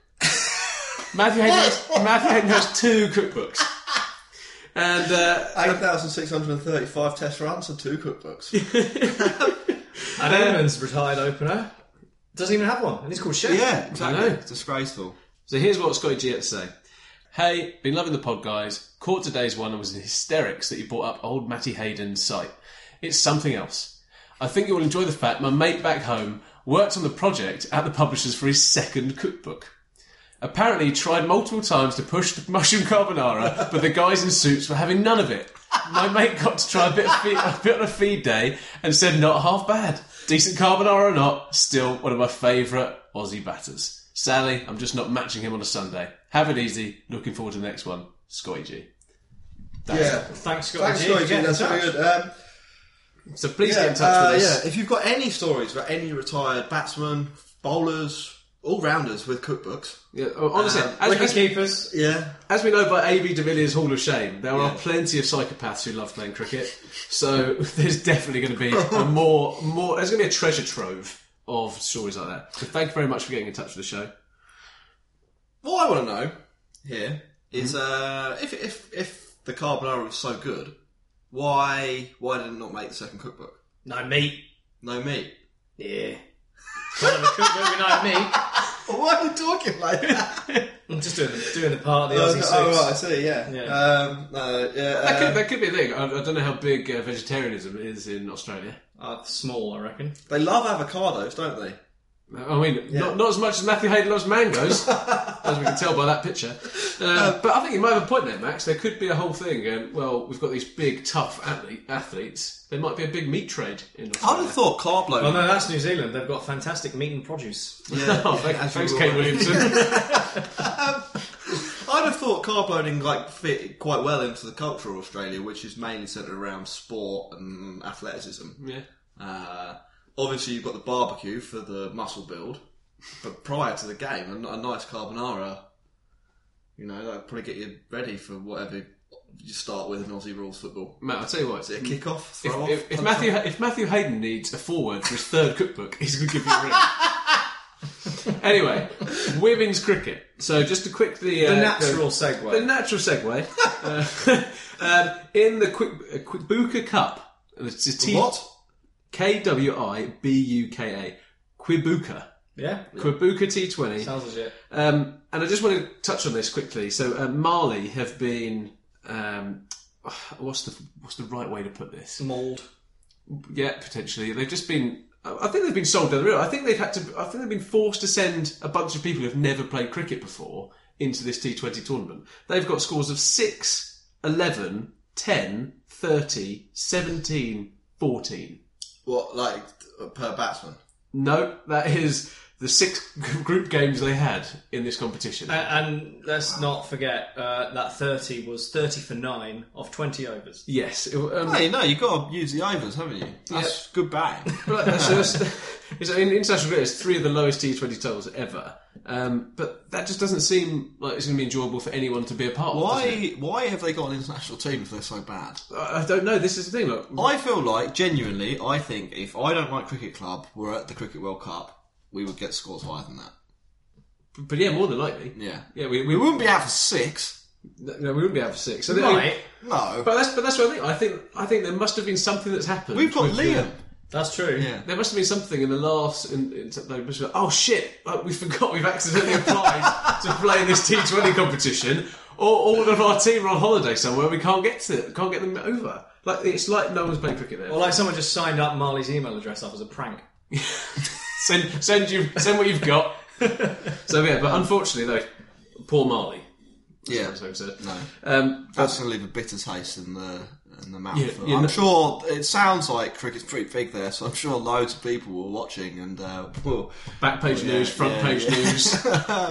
Speaker 6: Matthew Hayden has, Matthew Hayden has two cookbooks. And uh,
Speaker 5: 8,635 test runs and two cookbooks.
Speaker 7: And Edmonds, retired opener, doesn't even have one, and he's called Chef.
Speaker 5: yeah, exactly.
Speaker 6: I know.
Speaker 5: It's disgraceful.
Speaker 6: so here's what Scotty G had to say. Hey, been loving the pod, guys. Caught today's one and was in hysterics that you brought up old Matty Hayden's site. It's something else. I think you will enjoy the fact my mate back home worked on the project at the publishers for his second cookbook. Apparently, he tried multiple times to push the mushroom carbonara, but the guys in suits were having none of it. My mate got to try a bit, of feed, a bit on a feed day and said, not half bad. Decent carbonara or not, still one of my favourite Aussie batters. Sally, I'm just not matching him on a Sunday. Have it easy. Looking forward to the next one. Scotty G.
Speaker 5: Yeah.
Speaker 7: Thanks, Scotty.
Speaker 5: Thanks,
Speaker 7: G,
Speaker 5: Scotty
Speaker 7: for
Speaker 5: G.
Speaker 7: getting
Speaker 5: That's
Speaker 7: in
Speaker 5: very
Speaker 7: touch.
Speaker 5: good. Um,
Speaker 6: So please
Speaker 5: yeah,
Speaker 6: get in touch
Speaker 5: uh,
Speaker 6: with us.
Speaker 5: yeah, if you've got any stories about any retired batsmen, bowlers, all rounders with cookbooks.
Speaker 6: Yeah, honestly,
Speaker 5: Um,
Speaker 6: as, as,
Speaker 7: keepers.
Speaker 5: Yeah.
Speaker 6: As we know by AB de Villiers' Hall of Shame, there are plenty of psychopaths who love playing cricket. So there's definitely going to be a more, more. There's going to be a treasure trove of stories like that. So thank you very much for getting in touch with the show.
Speaker 5: What I want to know here is, uh, if if if the carbonara was so good, why why did it not make the second cookbook?
Speaker 7: No meat.
Speaker 5: No meat.
Speaker 7: Yeah. cookbook with no meat.
Speaker 5: Why are you talking like that?
Speaker 7: I'm just doing the, doing the part of the
Speaker 5: Oh,
Speaker 7: Aussie six.
Speaker 5: oh, right, I see, yeah. Um, no, yeah,
Speaker 6: That
Speaker 5: uh,
Speaker 6: could, that could be a thing. I, I don't know how big uh, vegetarianism is in Australia.
Speaker 7: Uh, small, I reckon.
Speaker 5: They love avocados, don't they?
Speaker 6: I mean,
Speaker 5: Yeah.
Speaker 6: not, not as much as Matthew Hayden loves mangoes, as we can tell by that picture. Uh, but I think you might have a point there, Max. There could be a whole thing. Um, well, we've got these big, tough athlete, athletes. There might be a big meat trade in Australia.
Speaker 5: I would have thought carb
Speaker 7: Well, no, that's New Zealand. They've got fantastic meat and produce.
Speaker 5: Yeah.
Speaker 6: Oh, thank-
Speaker 5: As
Speaker 6: thanks,
Speaker 5: we
Speaker 6: Kate
Speaker 5: were.
Speaker 6: Williamson.
Speaker 5: I'd have thought carb loading like fit quite well into the culture of Australia, which is mainly centred around sport and athleticism.
Speaker 6: yeah.
Speaker 5: Uh, obviously, you've got the barbecue for the muscle build, but prior to the game, a, a nice carbonara, you know, that'll probably get you ready for whatever you start with in Aussie rules football.
Speaker 6: Matt, I'll tell you what.
Speaker 5: Is it a kick-off,
Speaker 6: If,
Speaker 5: throw-off?
Speaker 6: if, if Matthew, if Matthew Hayden needs a foreword for his third cookbook, he's going to give you a ring. anyway, women's cricket. So just to quick the... uh,
Speaker 7: The natural segue.
Speaker 6: The natural segue. Uh, um, in the quick, uh, quick Buka Cup... It's a T-
Speaker 5: What?
Speaker 6: K-W-I-B-U-K-A. Quibuka.
Speaker 7: Yeah.
Speaker 6: Quibuka T20.
Speaker 7: Sounds legit.
Speaker 6: Um, and I just want to touch on this quickly. So uh, Marley have been um, what's the what's the right way to put this?
Speaker 7: Mould.
Speaker 6: Yeah, potentially. They've just been. I I think they've been sold down the road. I think they've had to. I think they've been forced to send a bunch of people who've never played cricket before into this T20 tournament. They've got scores of 6, 11, 10, 30, 17, 14.
Speaker 5: What, like, per batsman?
Speaker 6: No, that is the six group games they had in this competition.
Speaker 7: And, and let's not forget uh, that 30 was 30 for 9 of 20 overs.
Speaker 6: Yes. It, um,
Speaker 5: Hey, no, you've got to use the overs, haven't you? That's good bang.
Speaker 6: Right, so that's- it's- in international cricket, it's three of the lowest T20 totals ever. Um, but that just doesn't seem like it's going to be enjoyable for anyone to be a part of. does it?
Speaker 5: Why, why have they got an international team if they're so bad?
Speaker 6: I I don't know. This is the thing. Look,
Speaker 5: I feel like, genuinely, I think if I don't like Cricket Club were at the Cricket World Cup, we would get scores higher than that.
Speaker 6: but yeah, more than likely.
Speaker 5: Yeah.
Speaker 6: Yeah, we,
Speaker 5: We wouldn't be out for six.
Speaker 6: No, we wouldn't be out for six. So they-
Speaker 7: Right.
Speaker 5: No.
Speaker 6: But that's but that's what I think. I think I think there must have been something that's happened.
Speaker 5: We've got
Speaker 6: with the-
Speaker 5: Liam.
Speaker 7: That's true.
Speaker 5: Yeah.
Speaker 6: there must have been something in the last. In, in, they must have, oh shit! Like, we forgot we've accidentally applied to play in this T20 competition. Or all of our team are on holiday somewhere. We can't get to can't get them over. Like it's like no one's playing cricket there.
Speaker 7: Or like someone just signed up Marley's email address up as a prank.
Speaker 6: send send you send what you've got. so yeah, but unfortunately though, poor Marley.
Speaker 5: Yeah.
Speaker 6: So, so,
Speaker 5: No.
Speaker 6: um,
Speaker 5: That's going to leave a bitter taste in the in the mouth.
Speaker 6: Yeah, yeah,
Speaker 5: I'm
Speaker 6: no-
Speaker 5: sure it sounds like cricket's pretty big there, so I'm sure loads of people were watching and uh, well,
Speaker 6: Back page
Speaker 5: Oh, Yeah,
Speaker 6: news, front
Speaker 5: yeah,
Speaker 6: page
Speaker 5: yeah.
Speaker 6: news,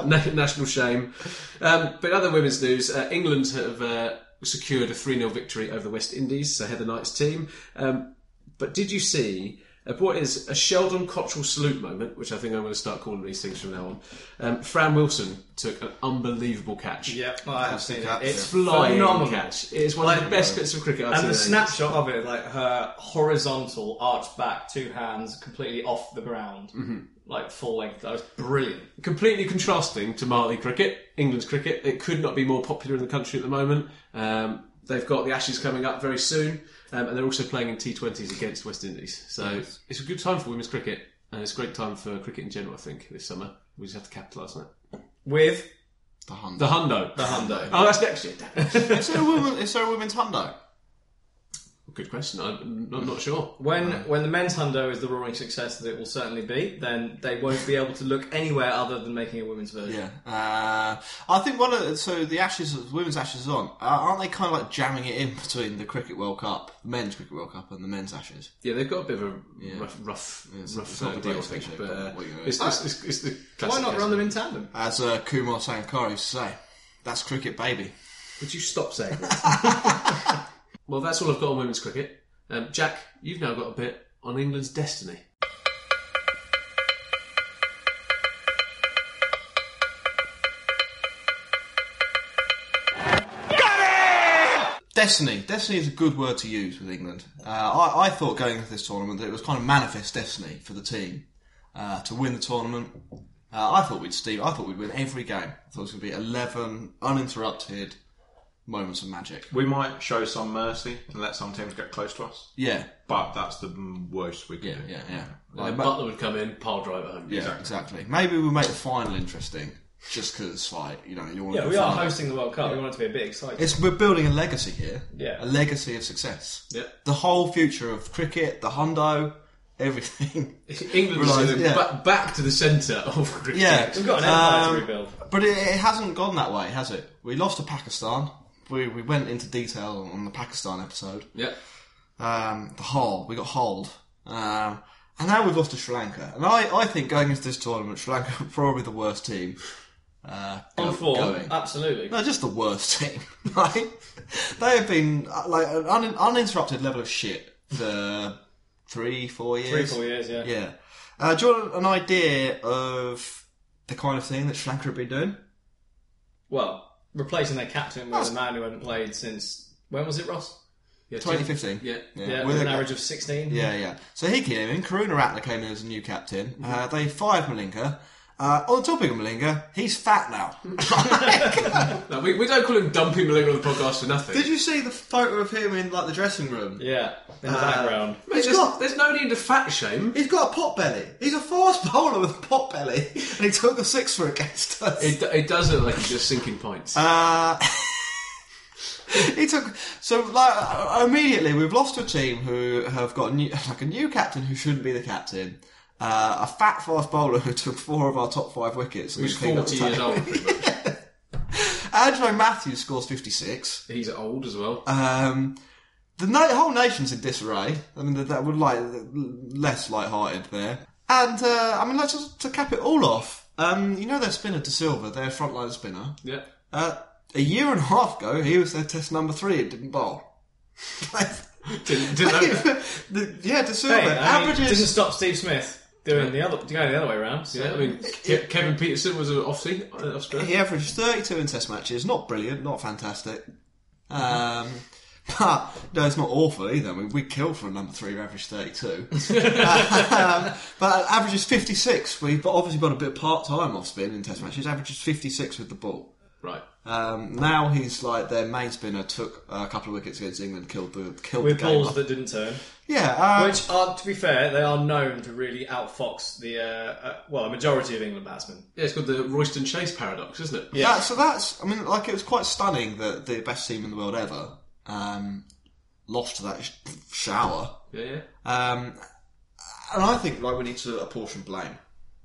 Speaker 6: na- national shame. Um, but other women's news, uh, England have uh, secured a 3 0 victory over the West Indies, so Heather Knight's team. Um, but did you see uh, what is a Sheldon Cottrell salute moment, which I think I'm going to start calling these things from now on? Um, Fran Wilson took an unbelievable catch.
Speaker 7: I have seen it. It's
Speaker 6: Flying
Speaker 7: phenomenal.
Speaker 6: catch. It is one of the best bits of cricket I've seen.
Speaker 7: and
Speaker 6: in
Speaker 7: the
Speaker 6: ages.
Speaker 7: snapshot of it, like her horizontal, arched back, two hands, completely off the ground, like full length. That was brilliant.
Speaker 6: completely contrasting to Marley cricket, England's cricket. It could not be more popular in the country at the moment. Um, they've got the Ashes coming up very soon, um, and they're also playing in T20s against West Indies. So it's a good time for women's cricket, and it's a great time for cricket in general. I think this summer we just have to capitalise on it.
Speaker 7: With
Speaker 5: the hundo.
Speaker 6: The hundo.
Speaker 7: the hundo.
Speaker 6: Oh, that's next year.
Speaker 5: is there a woman? Is there a women's hundo?
Speaker 6: Good question. I'm not, not sure.
Speaker 7: When when the men's hundo is the roaring success that it will certainly be, then they won't be able to look anywhere other than making a women's version.
Speaker 5: Yeah, uh, I think one of the, so the Ashes, women's Ashes is on. Uh, aren't they kind of like jamming it in between the Cricket World Cup, the men's Cricket World Cup, and the men's Ashes?
Speaker 6: Yeah, they've got a bit of a
Speaker 5: Yeah.
Speaker 6: rough, rough,
Speaker 5: It's-
Speaker 6: rough
Speaker 5: it's not the
Speaker 6: deal, I
Speaker 5: greatest
Speaker 6: think.
Speaker 5: picture,
Speaker 6: But
Speaker 5: but
Speaker 6: uh,
Speaker 5: what are you gonna
Speaker 6: it's,
Speaker 5: do?
Speaker 6: it's, it's, it's the
Speaker 7: Why
Speaker 6: classic
Speaker 7: not
Speaker 6: case,
Speaker 7: run them in
Speaker 6: isn't it?
Speaker 7: tandem?
Speaker 5: As uh, Kumar Sankar used to say, "That's cricket, baby."
Speaker 6: Would you stop saying that? Well, that's all I've got on women's cricket. Um, Jack, you've now got a bit on England's destiny.
Speaker 5: Destiny. Destiny is a good word to use with England. Uh, I, I thought going into this tournament that it was kind of manifest destiny for the team uh, to win the tournament. Uh, I thought we'd steam. I thought we'd win every game. I thought it was going to be eleven uninterrupted moments of magic.
Speaker 8: We might show some mercy and let some teams get close to us.
Speaker 5: Yeah.
Speaker 8: But that's the mm, worst we can do.
Speaker 5: Yeah, yeah.
Speaker 6: Like, Butler would come in, pile driver home.
Speaker 5: Yeah, exactly. Maybe we'll make the final interesting, just because, like, you know, you want.
Speaker 7: Yeah,
Speaker 5: to
Speaker 7: we are hosting the World Cup. We want it to be a bit exciting.
Speaker 5: It's we're building a legacy here.
Speaker 7: Yeah.
Speaker 5: a legacy of success.
Speaker 7: Yeah.
Speaker 5: the whole future of cricket, the hundo, everything.
Speaker 6: England is
Speaker 5: Relies-
Speaker 6: in the-
Speaker 5: yeah.
Speaker 6: ba- back to the centre of cricket.
Speaker 5: Yeah,
Speaker 6: Um,
Speaker 5: Um, But it, it hasn't gone that way, has it? We lost to Pakistan. We we went into detail on the Pakistan episode.
Speaker 6: Yeah.
Speaker 5: Um, the hold. We got hold. Um, and now we've lost to Sri Lanka. And I, I think going into this tournament, Sri Lanka were probably the worst team. Uh,
Speaker 7: On
Speaker 5: go-
Speaker 7: form,
Speaker 5: going.
Speaker 7: absolutely.
Speaker 5: No, just the worst team. Like they have been uh, like an un- uninterrupted level of shit for three, four years.
Speaker 7: Three, four years, yeah.
Speaker 5: Yeah. Uh, do you want an idea of the kind of thing that Sri Lanka have been doing?
Speaker 7: Well, replacing their captain with a man who hadn't played since when was it, Ross? Yeah,
Speaker 5: 2015.
Speaker 7: Yeah, yeah,
Speaker 5: Yeah.
Speaker 7: with,
Speaker 5: With
Speaker 7: an
Speaker 5: a-
Speaker 7: average of sixteen.
Speaker 5: Yeah, yeah. So he came in. Karuna Ratner came in as a new captain.
Speaker 7: Mm-hmm.
Speaker 5: Uh, they fired Malinga. Uh, on the topic of Malinga, he's fat now.
Speaker 6: No, we, we don't call him Dumpy Malinga on the podcast for nothing.
Speaker 5: Did you see the photo of him in like the dressing room?
Speaker 7: Yeah, in the
Speaker 5: Uh,
Speaker 7: background.
Speaker 6: Mate, there's, there's no need to fat shame.
Speaker 5: He's got a pot belly. He's a fast bowler with a pot belly, and he took a six for against us.
Speaker 6: It, it does look like he's just sinking pints.
Speaker 5: Uh, he took so like uh, immediately we've lost a team who have got a new, like a new captain who shouldn't be the captain, uh, a fat fast bowler who took four of our top five wickets. and
Speaker 6: Who's
Speaker 5: cleaned up
Speaker 6: 40
Speaker 5: the
Speaker 6: years
Speaker 5: table.
Speaker 6: old, pretty much.
Speaker 5: Andrew Matthews scores fifty six.
Speaker 6: He's old as well.
Speaker 5: Um, the na- whole nation's in disarray. I mean, that- that would like less light-hearted there. And uh, I mean, like to, to cap it all off, um, you know their spinner De Silva, their frontline spinner.
Speaker 6: Yeah.
Speaker 5: Uh, a year and a half ago, he was their test number three and didn't bowl.
Speaker 7: Didn't, didn't know that.
Speaker 5: The- yeah, De Silva
Speaker 7: Hey, I mean,
Speaker 5: averages.
Speaker 7: doesn't stop Steve Smith doing the other going the other way around. So.
Speaker 6: yeah, I mean, Ke- Kevin Peterson was an uh, offside. Australia.
Speaker 5: He averaged 32 in test matches. Not brilliant, not fantastic. Um, but, no, it's not awful either. I mean, we killed for a number three who averaged 32. um, but averages 56. We've obviously got a bit of part time off spin in test matches. Averages 56 with the ball.
Speaker 6: Right.
Speaker 5: Um, now he's like their main spinner, took a couple of wickets against England, killed the, killed
Speaker 7: with
Speaker 5: the game.
Speaker 7: balls that didn't turn.
Speaker 5: Yeah, uh,
Speaker 7: which are, to be fair, they are known to really outfox the uh, uh, well, a majority of England batsmen.
Speaker 6: Yeah, it's called the Royston Chase paradox, isn't it?
Speaker 5: That- so that's, I mean, like, it was quite stunning that the best team in the world ever um, lost to that sh- shower.
Speaker 6: Yeah, yeah.
Speaker 5: Um, and I think like we need to apportion blame.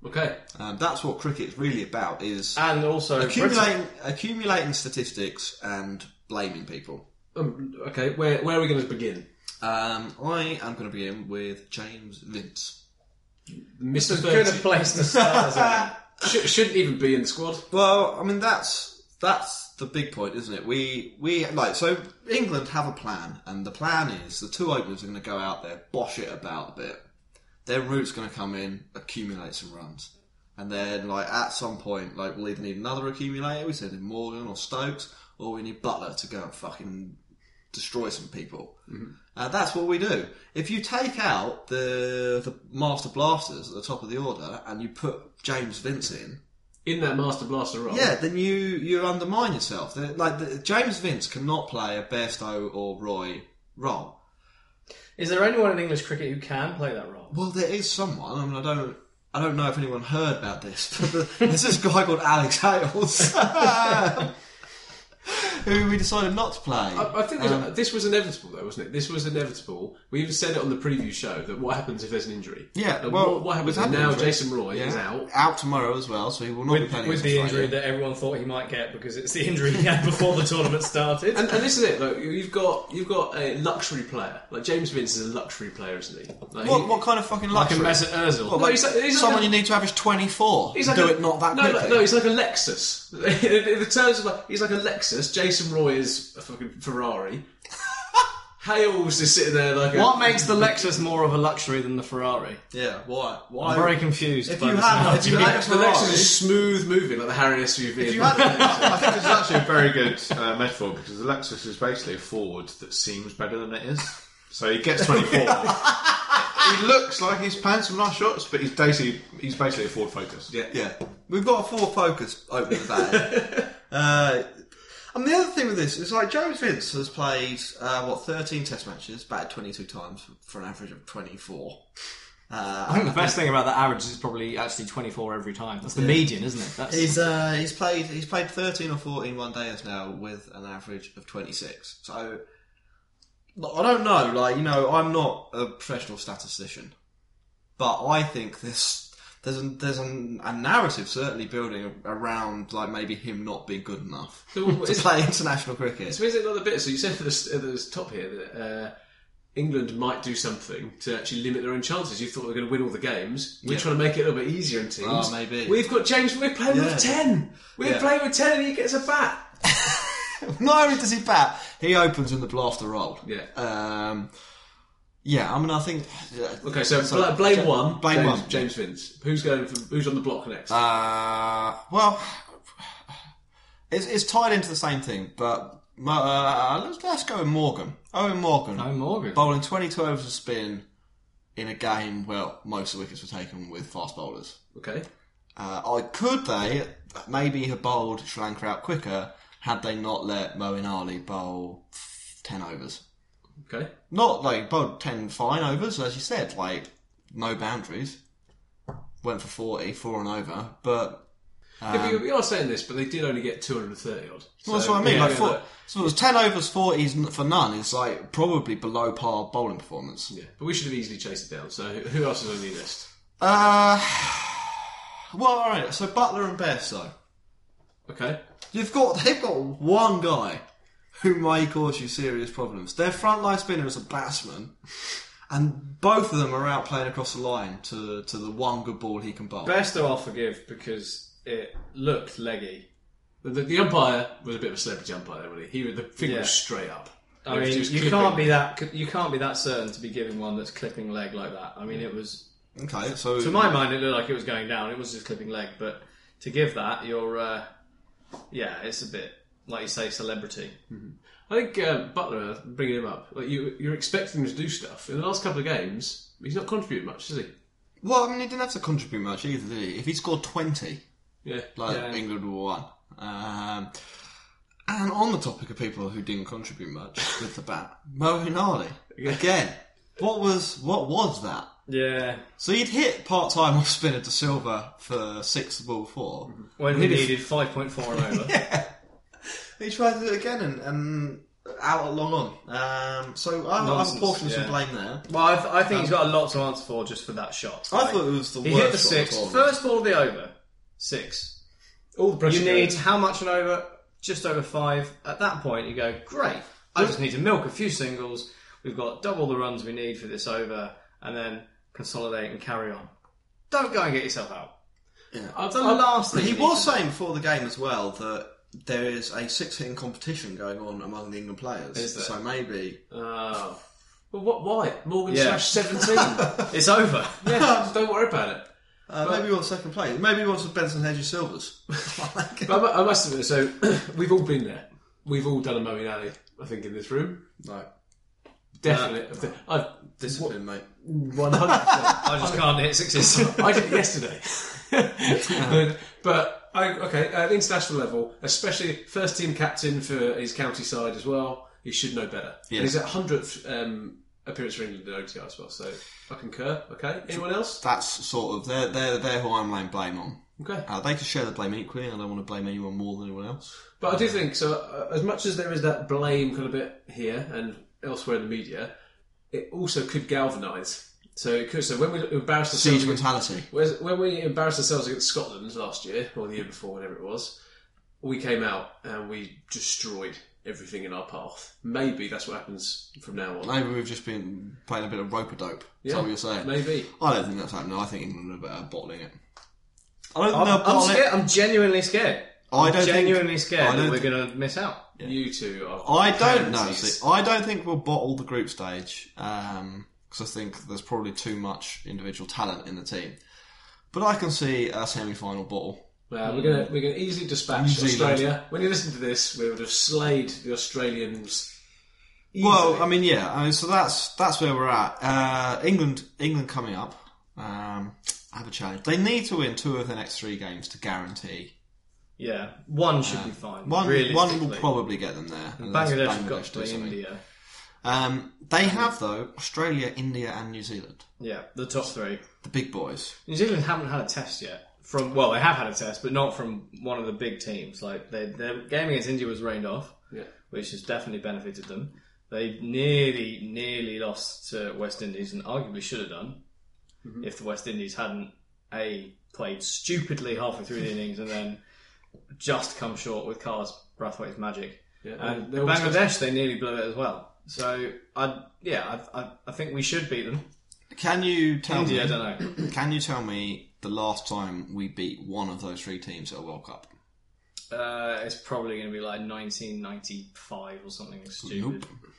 Speaker 6: Okay.
Speaker 5: Um, that's what cricket's really about: is
Speaker 6: Uh,
Speaker 7: And also
Speaker 5: accumulating accumulating statistics and blaming people.
Speaker 6: Um, okay, where, where are we going to begin?
Speaker 5: Um, I am going to begin with James Vince.
Speaker 6: Mr.
Speaker 7: Could
Speaker 6: 30.
Speaker 7: have placed the stars in.
Speaker 6: Sh- shouldn't even be in the squad.
Speaker 5: Well, I mean that's that's the big point, isn't it? We we like so England have a plan, and the plan is the two openers are going to go out there, bosh it about a bit. Their root's going to come in, accumulate some runs, and then like at some point, like we'll either need another accumulator, we said in Morgan or Stokes, or we need Butler to go and fucking destroy some people. Uh, that's what we do. If you take out the the master blasters at the top of the order and you put James Vince in,
Speaker 6: In that Master Blaster role.
Speaker 5: yeah, then you you undermine yourself. They're- Like the, James Vince cannot play a Bairstow or Roy role.
Speaker 7: Is there anyone in English cricket who can play that role?
Speaker 5: Well, there is someone. I mean, I don't I don't know if anyone heard about this, but there's this guy called Alex Hales who we decided not to play.
Speaker 6: I, I think there's
Speaker 5: Um,
Speaker 6: a- this was inevitable, though, wasn't it? This was inevitable. We even said it on the preview show that what happens if there's an injury?
Speaker 5: yeah,
Speaker 6: Like,
Speaker 5: well,
Speaker 6: what, what happens
Speaker 5: we've
Speaker 6: if
Speaker 5: had
Speaker 6: now?
Speaker 5: an injury.
Speaker 6: Jason Roy
Speaker 5: Yeah,
Speaker 6: is out.
Speaker 5: out tomorrow as well, so he will not be
Speaker 7: With,
Speaker 5: playing
Speaker 7: with
Speaker 5: against
Speaker 7: the injury
Speaker 5: Australia.
Speaker 7: that everyone thought he might get because it's the injury he had before the tournament started.
Speaker 6: And, and this is it. Like, you've got you've got a luxury player. Like James Vince is a luxury player, isn't he? Like,
Speaker 5: What,
Speaker 6: he-
Speaker 5: what kind of fucking
Speaker 7: like a Mesut
Speaker 5: luxury?
Speaker 7: Ozil.
Speaker 5: What,
Speaker 6: No,
Speaker 5: like
Speaker 6: he's like- he's like
Speaker 5: someone
Speaker 6: a-
Speaker 5: you need to average 24
Speaker 6: He's
Speaker 5: to
Speaker 6: like
Speaker 5: do
Speaker 6: a-
Speaker 5: it not that
Speaker 6: no,
Speaker 5: quickly.
Speaker 6: like- no, he's like a Lexus. in the terms of like, he's like a Lexus. Jason Roy is a fucking Ferrari. Hales is sitting there like
Speaker 7: What
Speaker 6: a,
Speaker 7: makes the Lexus more of a luxury than the Ferrari?
Speaker 5: Yeah, why? Why?
Speaker 7: I'm very confused.
Speaker 5: If
Speaker 7: by
Speaker 5: you
Speaker 7: this
Speaker 5: had- if
Speaker 7: analogy.
Speaker 5: you had-
Speaker 6: the Lexus is smooth moving like the Harry SUV.
Speaker 5: If you had, I think this is actually a
Speaker 8: very good uh, metaphor because Alexis is basically a forward that seems better than it is. So he gets 24. he looks like he's pants some nice shots, but he's basically he's basically a forward focus.
Speaker 5: Yeah, yeah. We've got a four focus opening today. uh, and the other thing with this is like James Vince has played uh, what thirteen Test matches, batted twenty two times for an average of twenty four. Uh,
Speaker 7: I think the best thing about that average is probably actually 24 every time. That's the
Speaker 5: Yeah.
Speaker 7: median, isn't it? That's,
Speaker 5: He's uh, he's played he's played thirteen or fourteen one days now with an average of twenty six. So look, I don't know, like you know, I'm not a professional statistician, but I think this there's a, there's an, a narrative certainly building around like maybe him not being good enough
Speaker 6: So what
Speaker 5: to
Speaker 6: is-
Speaker 5: play international cricket.
Speaker 6: So is it another bit? So you said at the, at the top here that uh, England might do something to actually limit their own chances. You thought they were going to win all the games. We're
Speaker 5: Yeah.
Speaker 6: trying to make it a little bit easier in teams.
Speaker 5: Oh, maybe.
Speaker 6: We've got James. We're playing
Speaker 5: Yeah.
Speaker 6: with ten. We're
Speaker 5: Yeah.
Speaker 6: playing with ten, and he gets a bat.
Speaker 5: not only does he bat, he opens in the after roll.
Speaker 6: Yeah.
Speaker 5: Um, yeah, I mean, I think.
Speaker 6: Okay, so, bl- blame
Speaker 5: Ja-
Speaker 6: one.
Speaker 5: Blame
Speaker 6: James,
Speaker 5: one.
Speaker 6: James Vince. Who's going? For, who's on the block next?
Speaker 5: Uh, well, it's, it's tied into the same thing, but uh, let's, let's go with Morgan. Owen Morgan. Owen
Speaker 7: Morgan.
Speaker 5: Bowling 22 overs of spin in a game where most of the wickets were taken with fast bowlers.
Speaker 6: Okay.
Speaker 5: Uh, I could they maybe have bowled Sri Lanka out quicker had they not let Moeen Ali bowl 10 overs.
Speaker 6: Okay.
Speaker 5: Not like bowled 10 fine overs, as you said, like no boundaries. Went for 40, four and over, but.
Speaker 6: Yeah, but
Speaker 5: um,
Speaker 6: you, we are saying this, but they did only get two hundred and thirty odd.
Speaker 5: well, that's
Speaker 6: So,
Speaker 5: what I mean.
Speaker 6: yeah,
Speaker 5: like, four,
Speaker 6: but-
Speaker 5: so it was 10 overs, 40s for none is like probably below par bowling performance.
Speaker 6: Yeah, but we should have easily chased it down. So who who else is on your list?
Speaker 5: Uh, well, all right. So Butler and Best, though.
Speaker 6: Okay.
Speaker 5: You've got they've got one guy who may cause you serious problems. Their frontline spinner is a batsman, and both of them are out playing across the line to to the one good ball he can bowl.
Speaker 7: Besto I'll forgive because it looked leggy.
Speaker 6: The, the, the umpire was a bit of a celebrity umpire, really. He was- the finger was straight up.
Speaker 7: I
Speaker 6: It was
Speaker 7: mean,
Speaker 6: just
Speaker 7: you
Speaker 6: clipping.
Speaker 7: can't be that you can't be that certain to be giving one that's clipping leg like that. I mean, it was
Speaker 5: Okay, so
Speaker 7: to my mind, it looked like it was going down. It was just clipping leg, but to give that, you're uh, yeah, it's a bit like you say, celebrity.
Speaker 6: I think uh, Butler bringing him up. Like you, you're expecting him to do stuff. In the last couple of games, he's not contributed much, does he?
Speaker 5: well, I mean, he didn't have to contribute much either, did he? If he scored twenty,
Speaker 6: Yeah.
Speaker 5: like
Speaker 6: Yeah.
Speaker 5: England were one. Um, and on the topic of people who didn't contribute much with the bat, Mohin Ali again. What was what was that?
Speaker 7: Yeah,
Speaker 5: So he'd hit part time off spinner to Silva for six the ball four.
Speaker 7: Mm-hmm. when
Speaker 5: And
Speaker 7: we
Speaker 5: he'd-
Speaker 7: needed five point four and over.
Speaker 5: He tried to do it again and, and out at long on. Um, so I I have a
Speaker 7: Nonsense,
Speaker 5: portion of
Speaker 7: yeah.
Speaker 5: some blame there.
Speaker 7: Well, I, th- I think
Speaker 5: Um,
Speaker 7: he's got a lot to answer for just for that shot.
Speaker 5: I thought it was the
Speaker 7: he
Speaker 5: worst
Speaker 7: hit the six.
Speaker 5: shot of all of them.
Speaker 7: First ball of the over, six.
Speaker 6: All the pressure
Speaker 7: You need
Speaker 6: goes.
Speaker 7: how much an over? Just over five. At that point, you go great. I just need to milk a few singles. We've got double the runs we need for this over, and then consolidate and carry on. Don't go and get yourself out. I've done the last thing
Speaker 5: He
Speaker 7: you need
Speaker 5: was
Speaker 7: to do.
Speaker 5: saying before the game as well that there is a six hitting competition going on among the England players.
Speaker 7: Is there?
Speaker 5: So maybe. uh,
Speaker 6: Oh. Well, what? Why? Morgan
Speaker 5: Yeah.
Speaker 6: slash seventeen.
Speaker 7: it's over.
Speaker 6: yeah. just Don't worry about it.
Speaker 5: Uh, maybe he wants second place. Maybe he wants Benson Hedges Silvers.
Speaker 6: But I mu- I must admit, so we've all been there. We've all done a Moeen Alley, I think, in this room.
Speaker 5: No.
Speaker 6: Definitely. I've
Speaker 5: Discipline, mate.
Speaker 6: One hundred. I
Speaker 7: just can't hit sixes.
Speaker 6: I did it yesterday. but, but I, okay, at the international level, especially first team captain for his county side as well, he should know better.
Speaker 5: Yeah.
Speaker 6: And he's at hundredth um, appearance for England in ODI as well. So I concur. Okay, anyone else?
Speaker 5: That's sort of they're they're they're who I'm laying blame on.
Speaker 6: Okay.
Speaker 5: Uh, they can share the blame equally. I don't want to blame anyone more than anyone else.
Speaker 6: But I do think so. Uh, as much as there is that blame kind of bit here and elsewhere in the media, it also could galvanise. So it could. So when we embarrassed ourselves,
Speaker 5: Siege mentality.
Speaker 6: Whereas when we embarrassed ourselves against Scotland last year or the year before, whatever it was, we came out and we destroyed everything in our path. Maybe that's what happens from now on.
Speaker 5: Maybe we've just been playing a bit of rope a dope. Is
Speaker 6: Yeah,
Speaker 5: that what you're saying?
Speaker 6: maybe.
Speaker 5: I don't think that's happening. I think England are better bottling it. I don't think
Speaker 7: I'm,
Speaker 5: they'll
Speaker 7: I'm
Speaker 5: bottle it.
Speaker 7: scared. I'm genuinely scared.
Speaker 5: I don't
Speaker 7: I'm
Speaker 5: think-
Speaker 7: genuinely scared
Speaker 5: I don't
Speaker 7: that we're
Speaker 5: thi-
Speaker 7: going to miss out.
Speaker 6: You two are.
Speaker 5: I don't know.
Speaker 6: pansies.
Speaker 5: see. I don't think we'll bottle the group stage because I think there's probably too much individual talent in the team. But I can see a semi-final bottle.
Speaker 6: Well, we're gonna we're gonna easily dispatch
Speaker 5: New Zealand.
Speaker 6: Australia. When you listen to this, we would have slayed the Australians.
Speaker 5: Well, I mean, yeah. I mean, so that's that's where we're at. Uh, England, England coming up. Um, have a challenge. They need to win two of the next three games to guarantee.
Speaker 7: Yeah, one should be fine.
Speaker 5: One, one will
Speaker 7: realistically.
Speaker 5: probably get them there.
Speaker 7: And
Speaker 5: unless
Speaker 7: Bangladesh have got to
Speaker 5: do
Speaker 7: play
Speaker 5: something.
Speaker 7: India.
Speaker 5: Um, they have though Australia, India, and New Zealand,
Speaker 7: Yeah, the top three.
Speaker 5: the big boys.
Speaker 7: New Zealand haven't had a test yet. From well, they have had a test, but not from one of the big teams. Like they, their game against India was rained off,
Speaker 6: Yeah.
Speaker 7: which has definitely benefited them. They nearly, nearly lost to West Indies, and arguably should have done
Speaker 6: Mm-hmm.
Speaker 7: if the West Indies hadn't a played stupidly halfway through the innings and then just come short with Carlos Brathwaite's magic.
Speaker 6: Yeah,
Speaker 5: Uh,
Speaker 7: and
Speaker 6: they always-
Speaker 7: Bangladesh, they nearly blew it as well. So I, yeah, I, I, I think we should beat them.
Speaker 5: Can you tell
Speaker 7: India,
Speaker 5: me?
Speaker 7: I don't
Speaker 5: know. Can you tell me the last time we beat one of those three teams at a World Cup?
Speaker 7: Uh, it's probably going to be like 1995 or something stupid.
Speaker 5: Nope.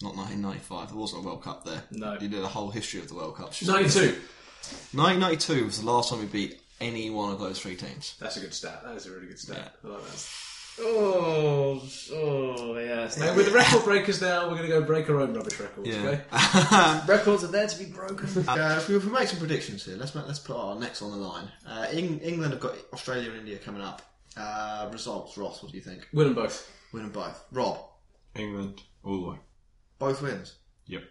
Speaker 5: Not 1995. There wasn't a World Cup there.
Speaker 7: No.
Speaker 5: You did a whole history of the World Cup.
Speaker 6: 92.
Speaker 5: 1992 was the last time we beat any one of those three teams.
Speaker 6: That's a good stat. That is a really good stat. I like that.
Speaker 7: Oh, oh, yeah.
Speaker 6: Now, with the record breakers now, we're going to go break our own rubbish records. Okay.
Speaker 7: Records are there to be broken.
Speaker 5: Uh, if we if we make some predictions here, let's make, let's put our necks on the line. Uh, Eng- England have got Australia and India coming up. Uh, results, Ross. What do you think?
Speaker 6: Win them both.
Speaker 5: Win them both. Rob,
Speaker 8: England all the way.
Speaker 5: both wins.
Speaker 8: Yep.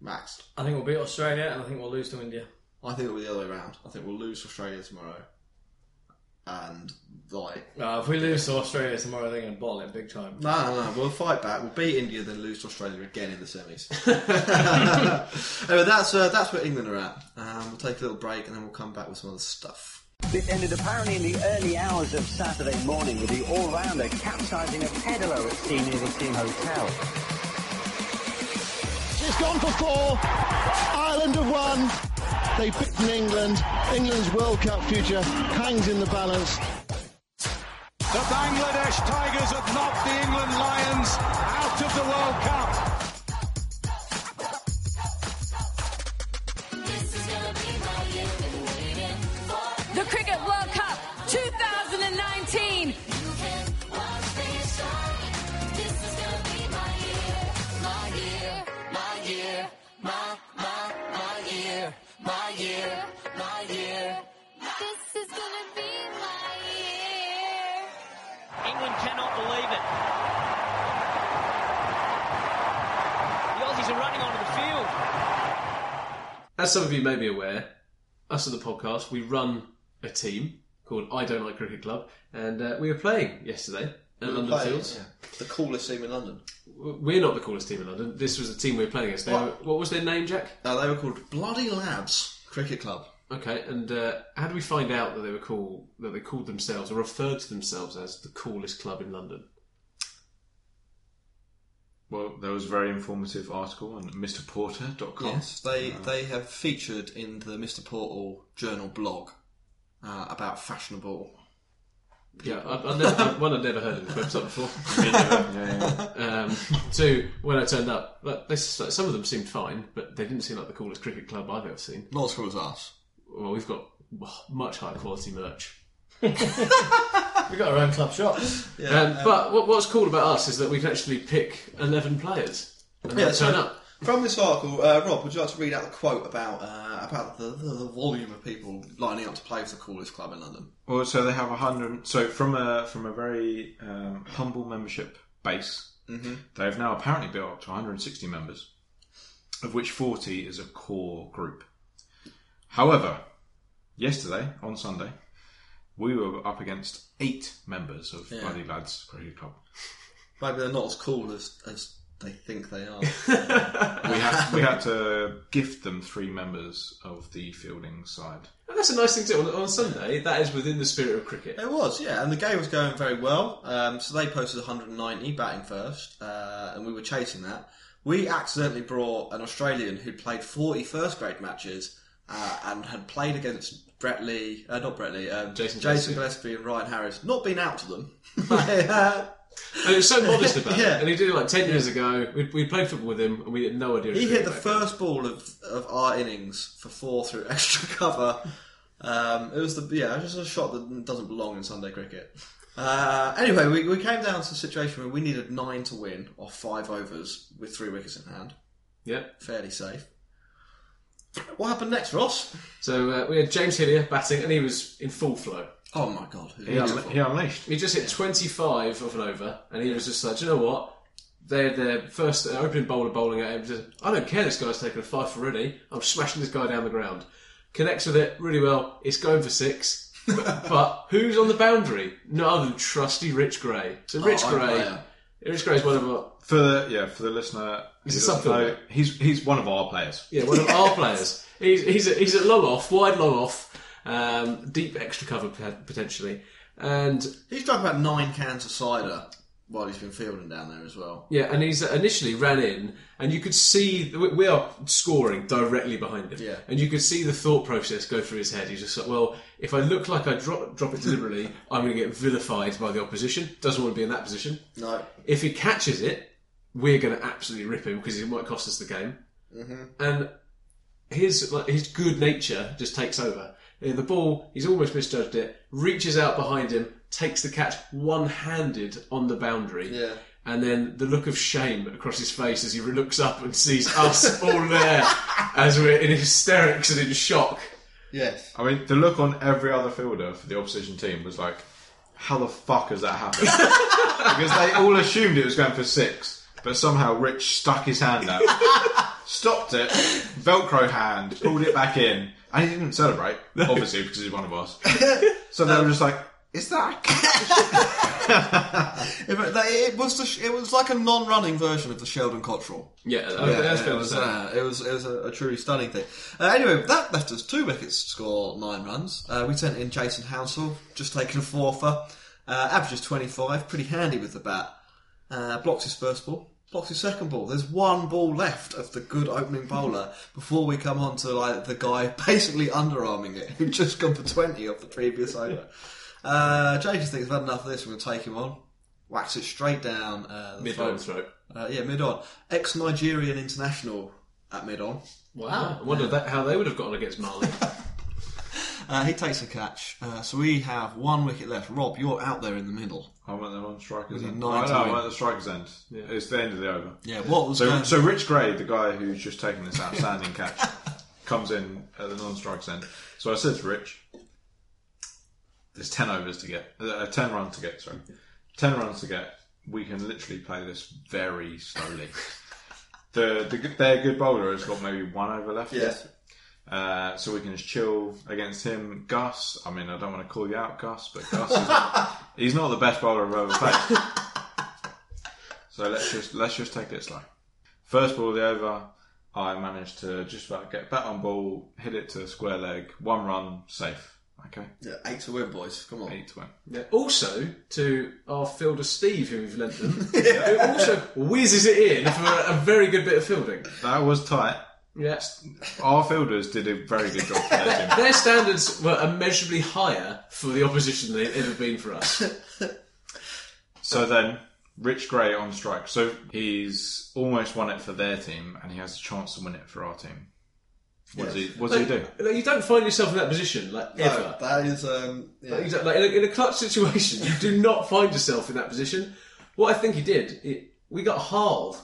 Speaker 5: Max,
Speaker 7: I think we'll beat Australia and I think we'll lose to India.
Speaker 5: I think it'll be the other way around. I think we'll lose to Australia tomorrow, and like
Speaker 7: Uh, if we lose to Australia tomorrow, they're going to bottle it big time.
Speaker 5: No, no, no. We'll fight back. We'll beat India, then lose to Australia again in the semis. anyway, that's uh, that's where England are at. Um, we'll take a little break and then we'll come back with some other stuff.
Speaker 13: This ended apparently in the early hours of Saturday morning with the all-rounder capsizing a pedalo at sea near the team hotel.
Speaker 12: She's gone for four. Ireland have won. They've beaten England. England's World Cup future hangs in the balance.
Speaker 14: The Bangladesh Tigers have knocked the England Lions out of the World Cup.
Speaker 15: The Cricket World Cup 2019.
Speaker 16: England cannot believe it. The Aussies are running onto the field.
Speaker 6: As some of you may be aware, us on the podcast, we run a team called I Don't Like Cricket Club, and uh, we were playing yesterday at
Speaker 5: We're
Speaker 6: London
Speaker 5: playing,
Speaker 6: Fields.
Speaker 5: yeah. The coolest team in London.
Speaker 6: We're not the coolest team in London. This was the team we were playing against. They were- What? was their name, Jack?
Speaker 5: Uh, they were called Bloody Labs Cricket Club.
Speaker 6: Okay, and uh, how do we find out that they were cool? That they called themselves or referred to themselves as the coolest club in London?
Speaker 8: Well, there was a very informative article on MrPorter.com.
Speaker 5: Yes, they
Speaker 8: Uh,
Speaker 5: they have featured in the Mr. Portal Journal blog uh, about fashionable.
Speaker 6: Yeah, I've, I've never, one I've never heard of this website before.
Speaker 8: Me neither, yeah,
Speaker 6: Um, two, when I turned up, like, they, s- like, some of them seemed fine, but they didn't seem like the coolest cricket club I've ever seen.
Speaker 5: Not as cool as us.
Speaker 6: Well, we've got w- much higher quality merch.
Speaker 7: We've got our own club shop.
Speaker 6: um, but what, what's cool about us is that we can actually pick eleven players and they turn up.
Speaker 5: From this article, uh, Rob, would you like to read out the quote about uh, about the, the volume of people lining up to play for the coolest club in London?
Speaker 8: Well, so they have a hundred. So from a from a very um, humble membership base,
Speaker 5: Mhm.
Speaker 8: they have now apparently built up to 160 members, of which 40 is a core group. However, yesterday on Sunday, we were up against eight members of
Speaker 5: Yeah.
Speaker 8: Bloody Lads Cricket Club.
Speaker 5: Maybe they're not as cool as, as they think they are.
Speaker 8: We had we had to gift them three members of the fielding side.
Speaker 6: And that's a nice thing to do on, on Sunday. That is within the spirit of cricket.
Speaker 5: It was, yeah, and the game was going very well. Um, so they posted 190 batting first, uh, and we were chasing that. We accidentally brought an Australian who'd played 40 first grade matches uh, and had played against Brett Lee, uh, not Brett Lee, um, Jason,
Speaker 6: Gillespie.
Speaker 5: Gillespie and Ryan Harris, not been out to them. uh,
Speaker 6: And it was so modest about
Speaker 5: Yeah.
Speaker 6: it. And he did it like ten years ago. We, we played football with him, and we had no idea.
Speaker 5: He
Speaker 6: was doing
Speaker 5: hit the
Speaker 6: it.
Speaker 5: first ball of, of our innings for four through extra cover, Um, it was the yeah, it was just a shot that doesn't belong in Sunday cricket. Uh, anyway, we, we came down to a situation where we needed nine to win off five overs with three wickets in hand.
Speaker 6: Yep.
Speaker 5: Fairly safe. What happened next, Ross?
Speaker 6: So uh, we had James Hillier batting, and he was in full flow.
Speaker 5: Oh my god,
Speaker 6: He, unle- he
Speaker 8: unleashed.
Speaker 6: He just hit 25 of an over, and he was just like, "Do you know what? They're their first their opening bowler bowling at him. Just, I don't care. This guy's taken a five for Rooney. I'm smashing this guy down the ground. Connects with it really well. It's going for six. but, but who's on the boundary? No other than trusty Rich Gray. So
Speaker 8: Oh,
Speaker 6: Rich
Speaker 8: I
Speaker 6: Gray,
Speaker 8: know.
Speaker 6: Rich Gray's one of our
Speaker 8: For the yeah, for the listener,
Speaker 6: He's
Speaker 8: who
Speaker 6: a
Speaker 8: doesn't
Speaker 6: sub-fielder.
Speaker 8: know, he's he's one of our players.
Speaker 6: yeah one of our players. He's he's a, he's a long off, wide long off, um, deep extra cover pot- potentially, and
Speaker 5: he's drunk about nine cans of cider while he's been fielding down there as well.
Speaker 6: Yeah, and he's initially ran in, and you could see we we are scoring directly behind him.
Speaker 5: Yeah.
Speaker 6: and you could see the thought process go through his head. He's just like, "Well, if I look like I drop drop it deliberately, I'm going to get vilified by the opposition. Doesn't want to be in that position.
Speaker 5: No.
Speaker 6: If he catches it, we're going to absolutely rip him because it might cost us the game."
Speaker 5: Mm-hmm.
Speaker 6: and his like his good nature just takes over. Yeah, The ball, he's almost misjudged it. Reaches out behind him, takes the catch one-handed on the boundary.
Speaker 5: Yeah.
Speaker 6: And then the look of shame across his face as he looks up and sees us all there as we're in hysterics and in shock.
Speaker 5: Yes.
Speaker 8: I mean, the look on every other fielder for the opposition team was like, "How the fuck has that happened?" because they all assumed it was going for six, but somehow Rich stuck his hand out, stopped it, Velcro hand, pulled it back in, and he didn't celebrate, obviously because he's one of us. So they were just like, "Is that?" a catch?"
Speaker 5: It, it was the, sh- it was like a non-running version of the Sheldon Cottrell.
Speaker 6: Yeah, that- that's fair
Speaker 5: it
Speaker 6: to
Speaker 5: was,
Speaker 6: say.
Speaker 5: uh, it was it was a, a truly stunning thing. Uh, anyway, that left us two wickets to score nine runs. Uh, we sent in Jason Hounsell, just taking a four for, uh, averages twenty five, pretty handy with the bat. Uh, blocks his first ball, blocks his second ball. There's one ball left of the good opening bowler before we come on to like the guy basically underarming it, who just gone for twenty off the previous over. Uh, Jason thinks I've had enough of this. We're going to take him on. Whacks it straight down uh, the
Speaker 6: Mid
Speaker 5: throat.
Speaker 6: on throat.
Speaker 5: Uh, yeah, mid on. Ex Nigerian international at mid on.
Speaker 6: Wow. I wonder that, how they would have got on against Marley.
Speaker 5: Uh, he takes a catch. Uh, so we have one wicket left. Rob, you're out there in the middle.
Speaker 8: I went there on strikers
Speaker 5: We need
Speaker 8: end.
Speaker 5: nine
Speaker 8: I
Speaker 5: to
Speaker 8: know,
Speaker 5: win.
Speaker 8: I'm at the strikers end. It's the end of the over.
Speaker 5: Yeah, what was
Speaker 8: so?
Speaker 5: going-
Speaker 8: So Rich Gray, the guy who's just taken this outstanding catch, comes in at the non-strikers end. So I said to Rich, "There's ten overs to get, uh, ten runs to get. Sorry, ten runs to get. We can literally play this very slowly. the, the their good bowler has got maybe one over left.
Speaker 5: Yes.
Speaker 8: Uh, so we can just chill against him. Gus, I mean, I don't want to call you out, Gus, but Gus, is, he's not the best bowler I've ever played. So let's just let's just take it slow. First ball of the over, I managed to just about get back on ball, hit it to the square leg, one run, safe. Okay.
Speaker 5: Yeah, eight to win, boys. Come on.
Speaker 8: Eight to win.
Speaker 6: Yeah, Also to our fielder Steve, who we've lent them, who also whizzes it in for a, a very good bit of fielding.
Speaker 8: That was tight.
Speaker 6: Yes.
Speaker 8: Our fielders did a very good job for their team.
Speaker 6: Their standards were immeasurably higher for the opposition than they've ever been for us.
Speaker 8: So then, Rich Gray on strike. So he's almost won it for their team, and he has a chance to win it for our team. What does he? What does he
Speaker 6: Like,
Speaker 8: do?
Speaker 6: like, you don't find yourself in that position, like
Speaker 5: No,
Speaker 6: ever.
Speaker 5: That is, um, yeah.
Speaker 6: Like, you don't- like, in, a, in a clutch situation, you do not find yourself in that position. What I think he did, it, we got harled.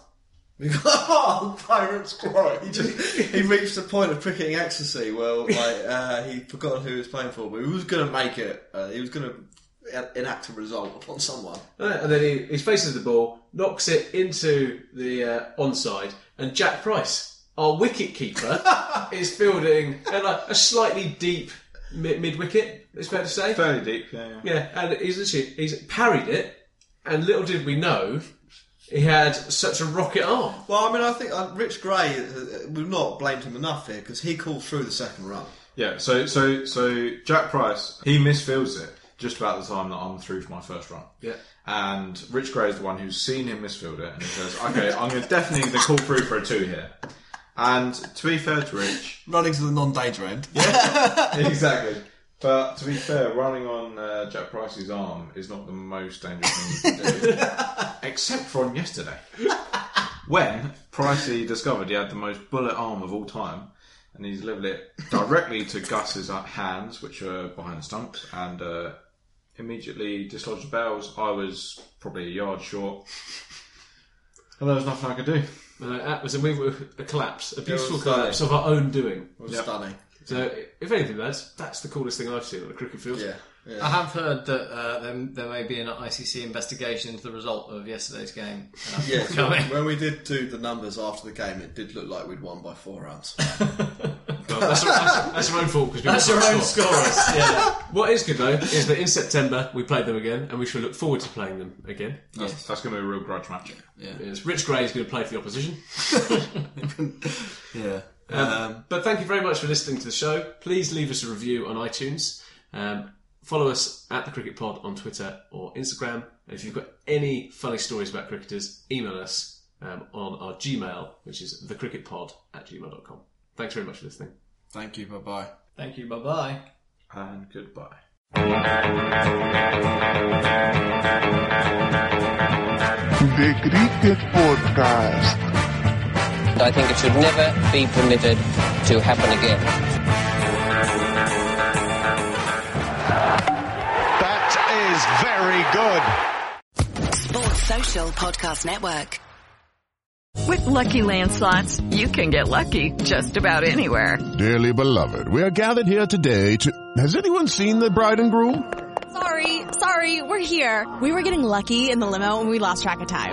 Speaker 5: We got harled, Pirates Quarry. He, just, he reached a point of pricking ecstasy where like, uh, he forgot who he was playing for, but he was going to make it. Uh, he was going to enact a result upon someone.
Speaker 6: Right, And then he, he faces the ball, knocks it into the uh, onside, and Jack Price, our wicket keeper, is fielding a, like, a slightly deep mid wicket, it's fair to say.
Speaker 8: Fairly deep, yeah.
Speaker 6: Yeah, and he's literally he's parried it, and little did we know he had such a rocket arm.
Speaker 5: Well, I mean, I think uh, Rich Gray, uh, we've not blamed him enough here because he called through the second run.
Speaker 8: Yeah. So so so Jack Price he misfields it just about the time that I'm through for my first run.
Speaker 6: Yeah.
Speaker 8: And Rich Gray is the one who's seen him misfield it and he says, "Okay, I'm going to definitely the call through for a two here." And to be fair to Rich,
Speaker 5: running to the non-danger end.
Speaker 8: exactly. But to be fair, running on uh, Jack Price's arm is not the most dangerous thing you can do, except for on yesterday, when Pricey discovered he had the most bullet arm of all time. and he's levelled it directly to Gus's uh, hands, which are behind the stumps, and uh, immediately dislodged the bells. I was probably a yard short, and there was nothing I could do.
Speaker 6: No, that was a, we were a collapse, a
Speaker 8: It was
Speaker 6: beautiful collapse
Speaker 8: stunning.
Speaker 6: of our own doing.
Speaker 8: It was Yep. stunning.
Speaker 6: So, if anything, that's that's the coolest thing I've seen on a cricket field.
Speaker 5: Yeah.
Speaker 7: I have heard that uh, there, there may be an ICC investigation into the result of yesterday's game. Uh,
Speaker 5: Yes,
Speaker 7: coming.
Speaker 5: when we did do the numbers after the game, it did look like we'd won by four runs.
Speaker 6: that's, that's, that's our own fault because
Speaker 5: That's your own scorers, yeah.
Speaker 6: What is good though is that in September we played them again, and we should look forward to playing them again.
Speaker 8: That's, that's going to be a real grudge match.
Speaker 5: Yeah.
Speaker 6: Yes. Rich Gray is going to play for the opposition.
Speaker 5: yeah.
Speaker 6: Um, but thank you very much for listening to the show. Please leave us a review on iTunes. Um, follow us at the Cricket Pod on Twitter or Instagram. And if you've got any funny stories about cricketers, email us um, on our Gmail, which is thecricketpod at gmail.com. Thanks very much for listening.
Speaker 5: Thank you. Bye bye.
Speaker 7: Thank you. Bye bye.
Speaker 8: And goodbye.
Speaker 3: The Cricket Podcast.
Speaker 17: I think it should never be permitted to happen again.
Speaker 14: That is very good.
Speaker 2: Sports Social Podcast Network. With Lucky Land slots, you can get lucky just about anywhere.
Speaker 1: Dearly beloved, we are gathered here today to. Has anyone seen the bride and groom?
Speaker 15: Sorry, sorry, we're here. We were getting lucky in the limo and we lost track of time.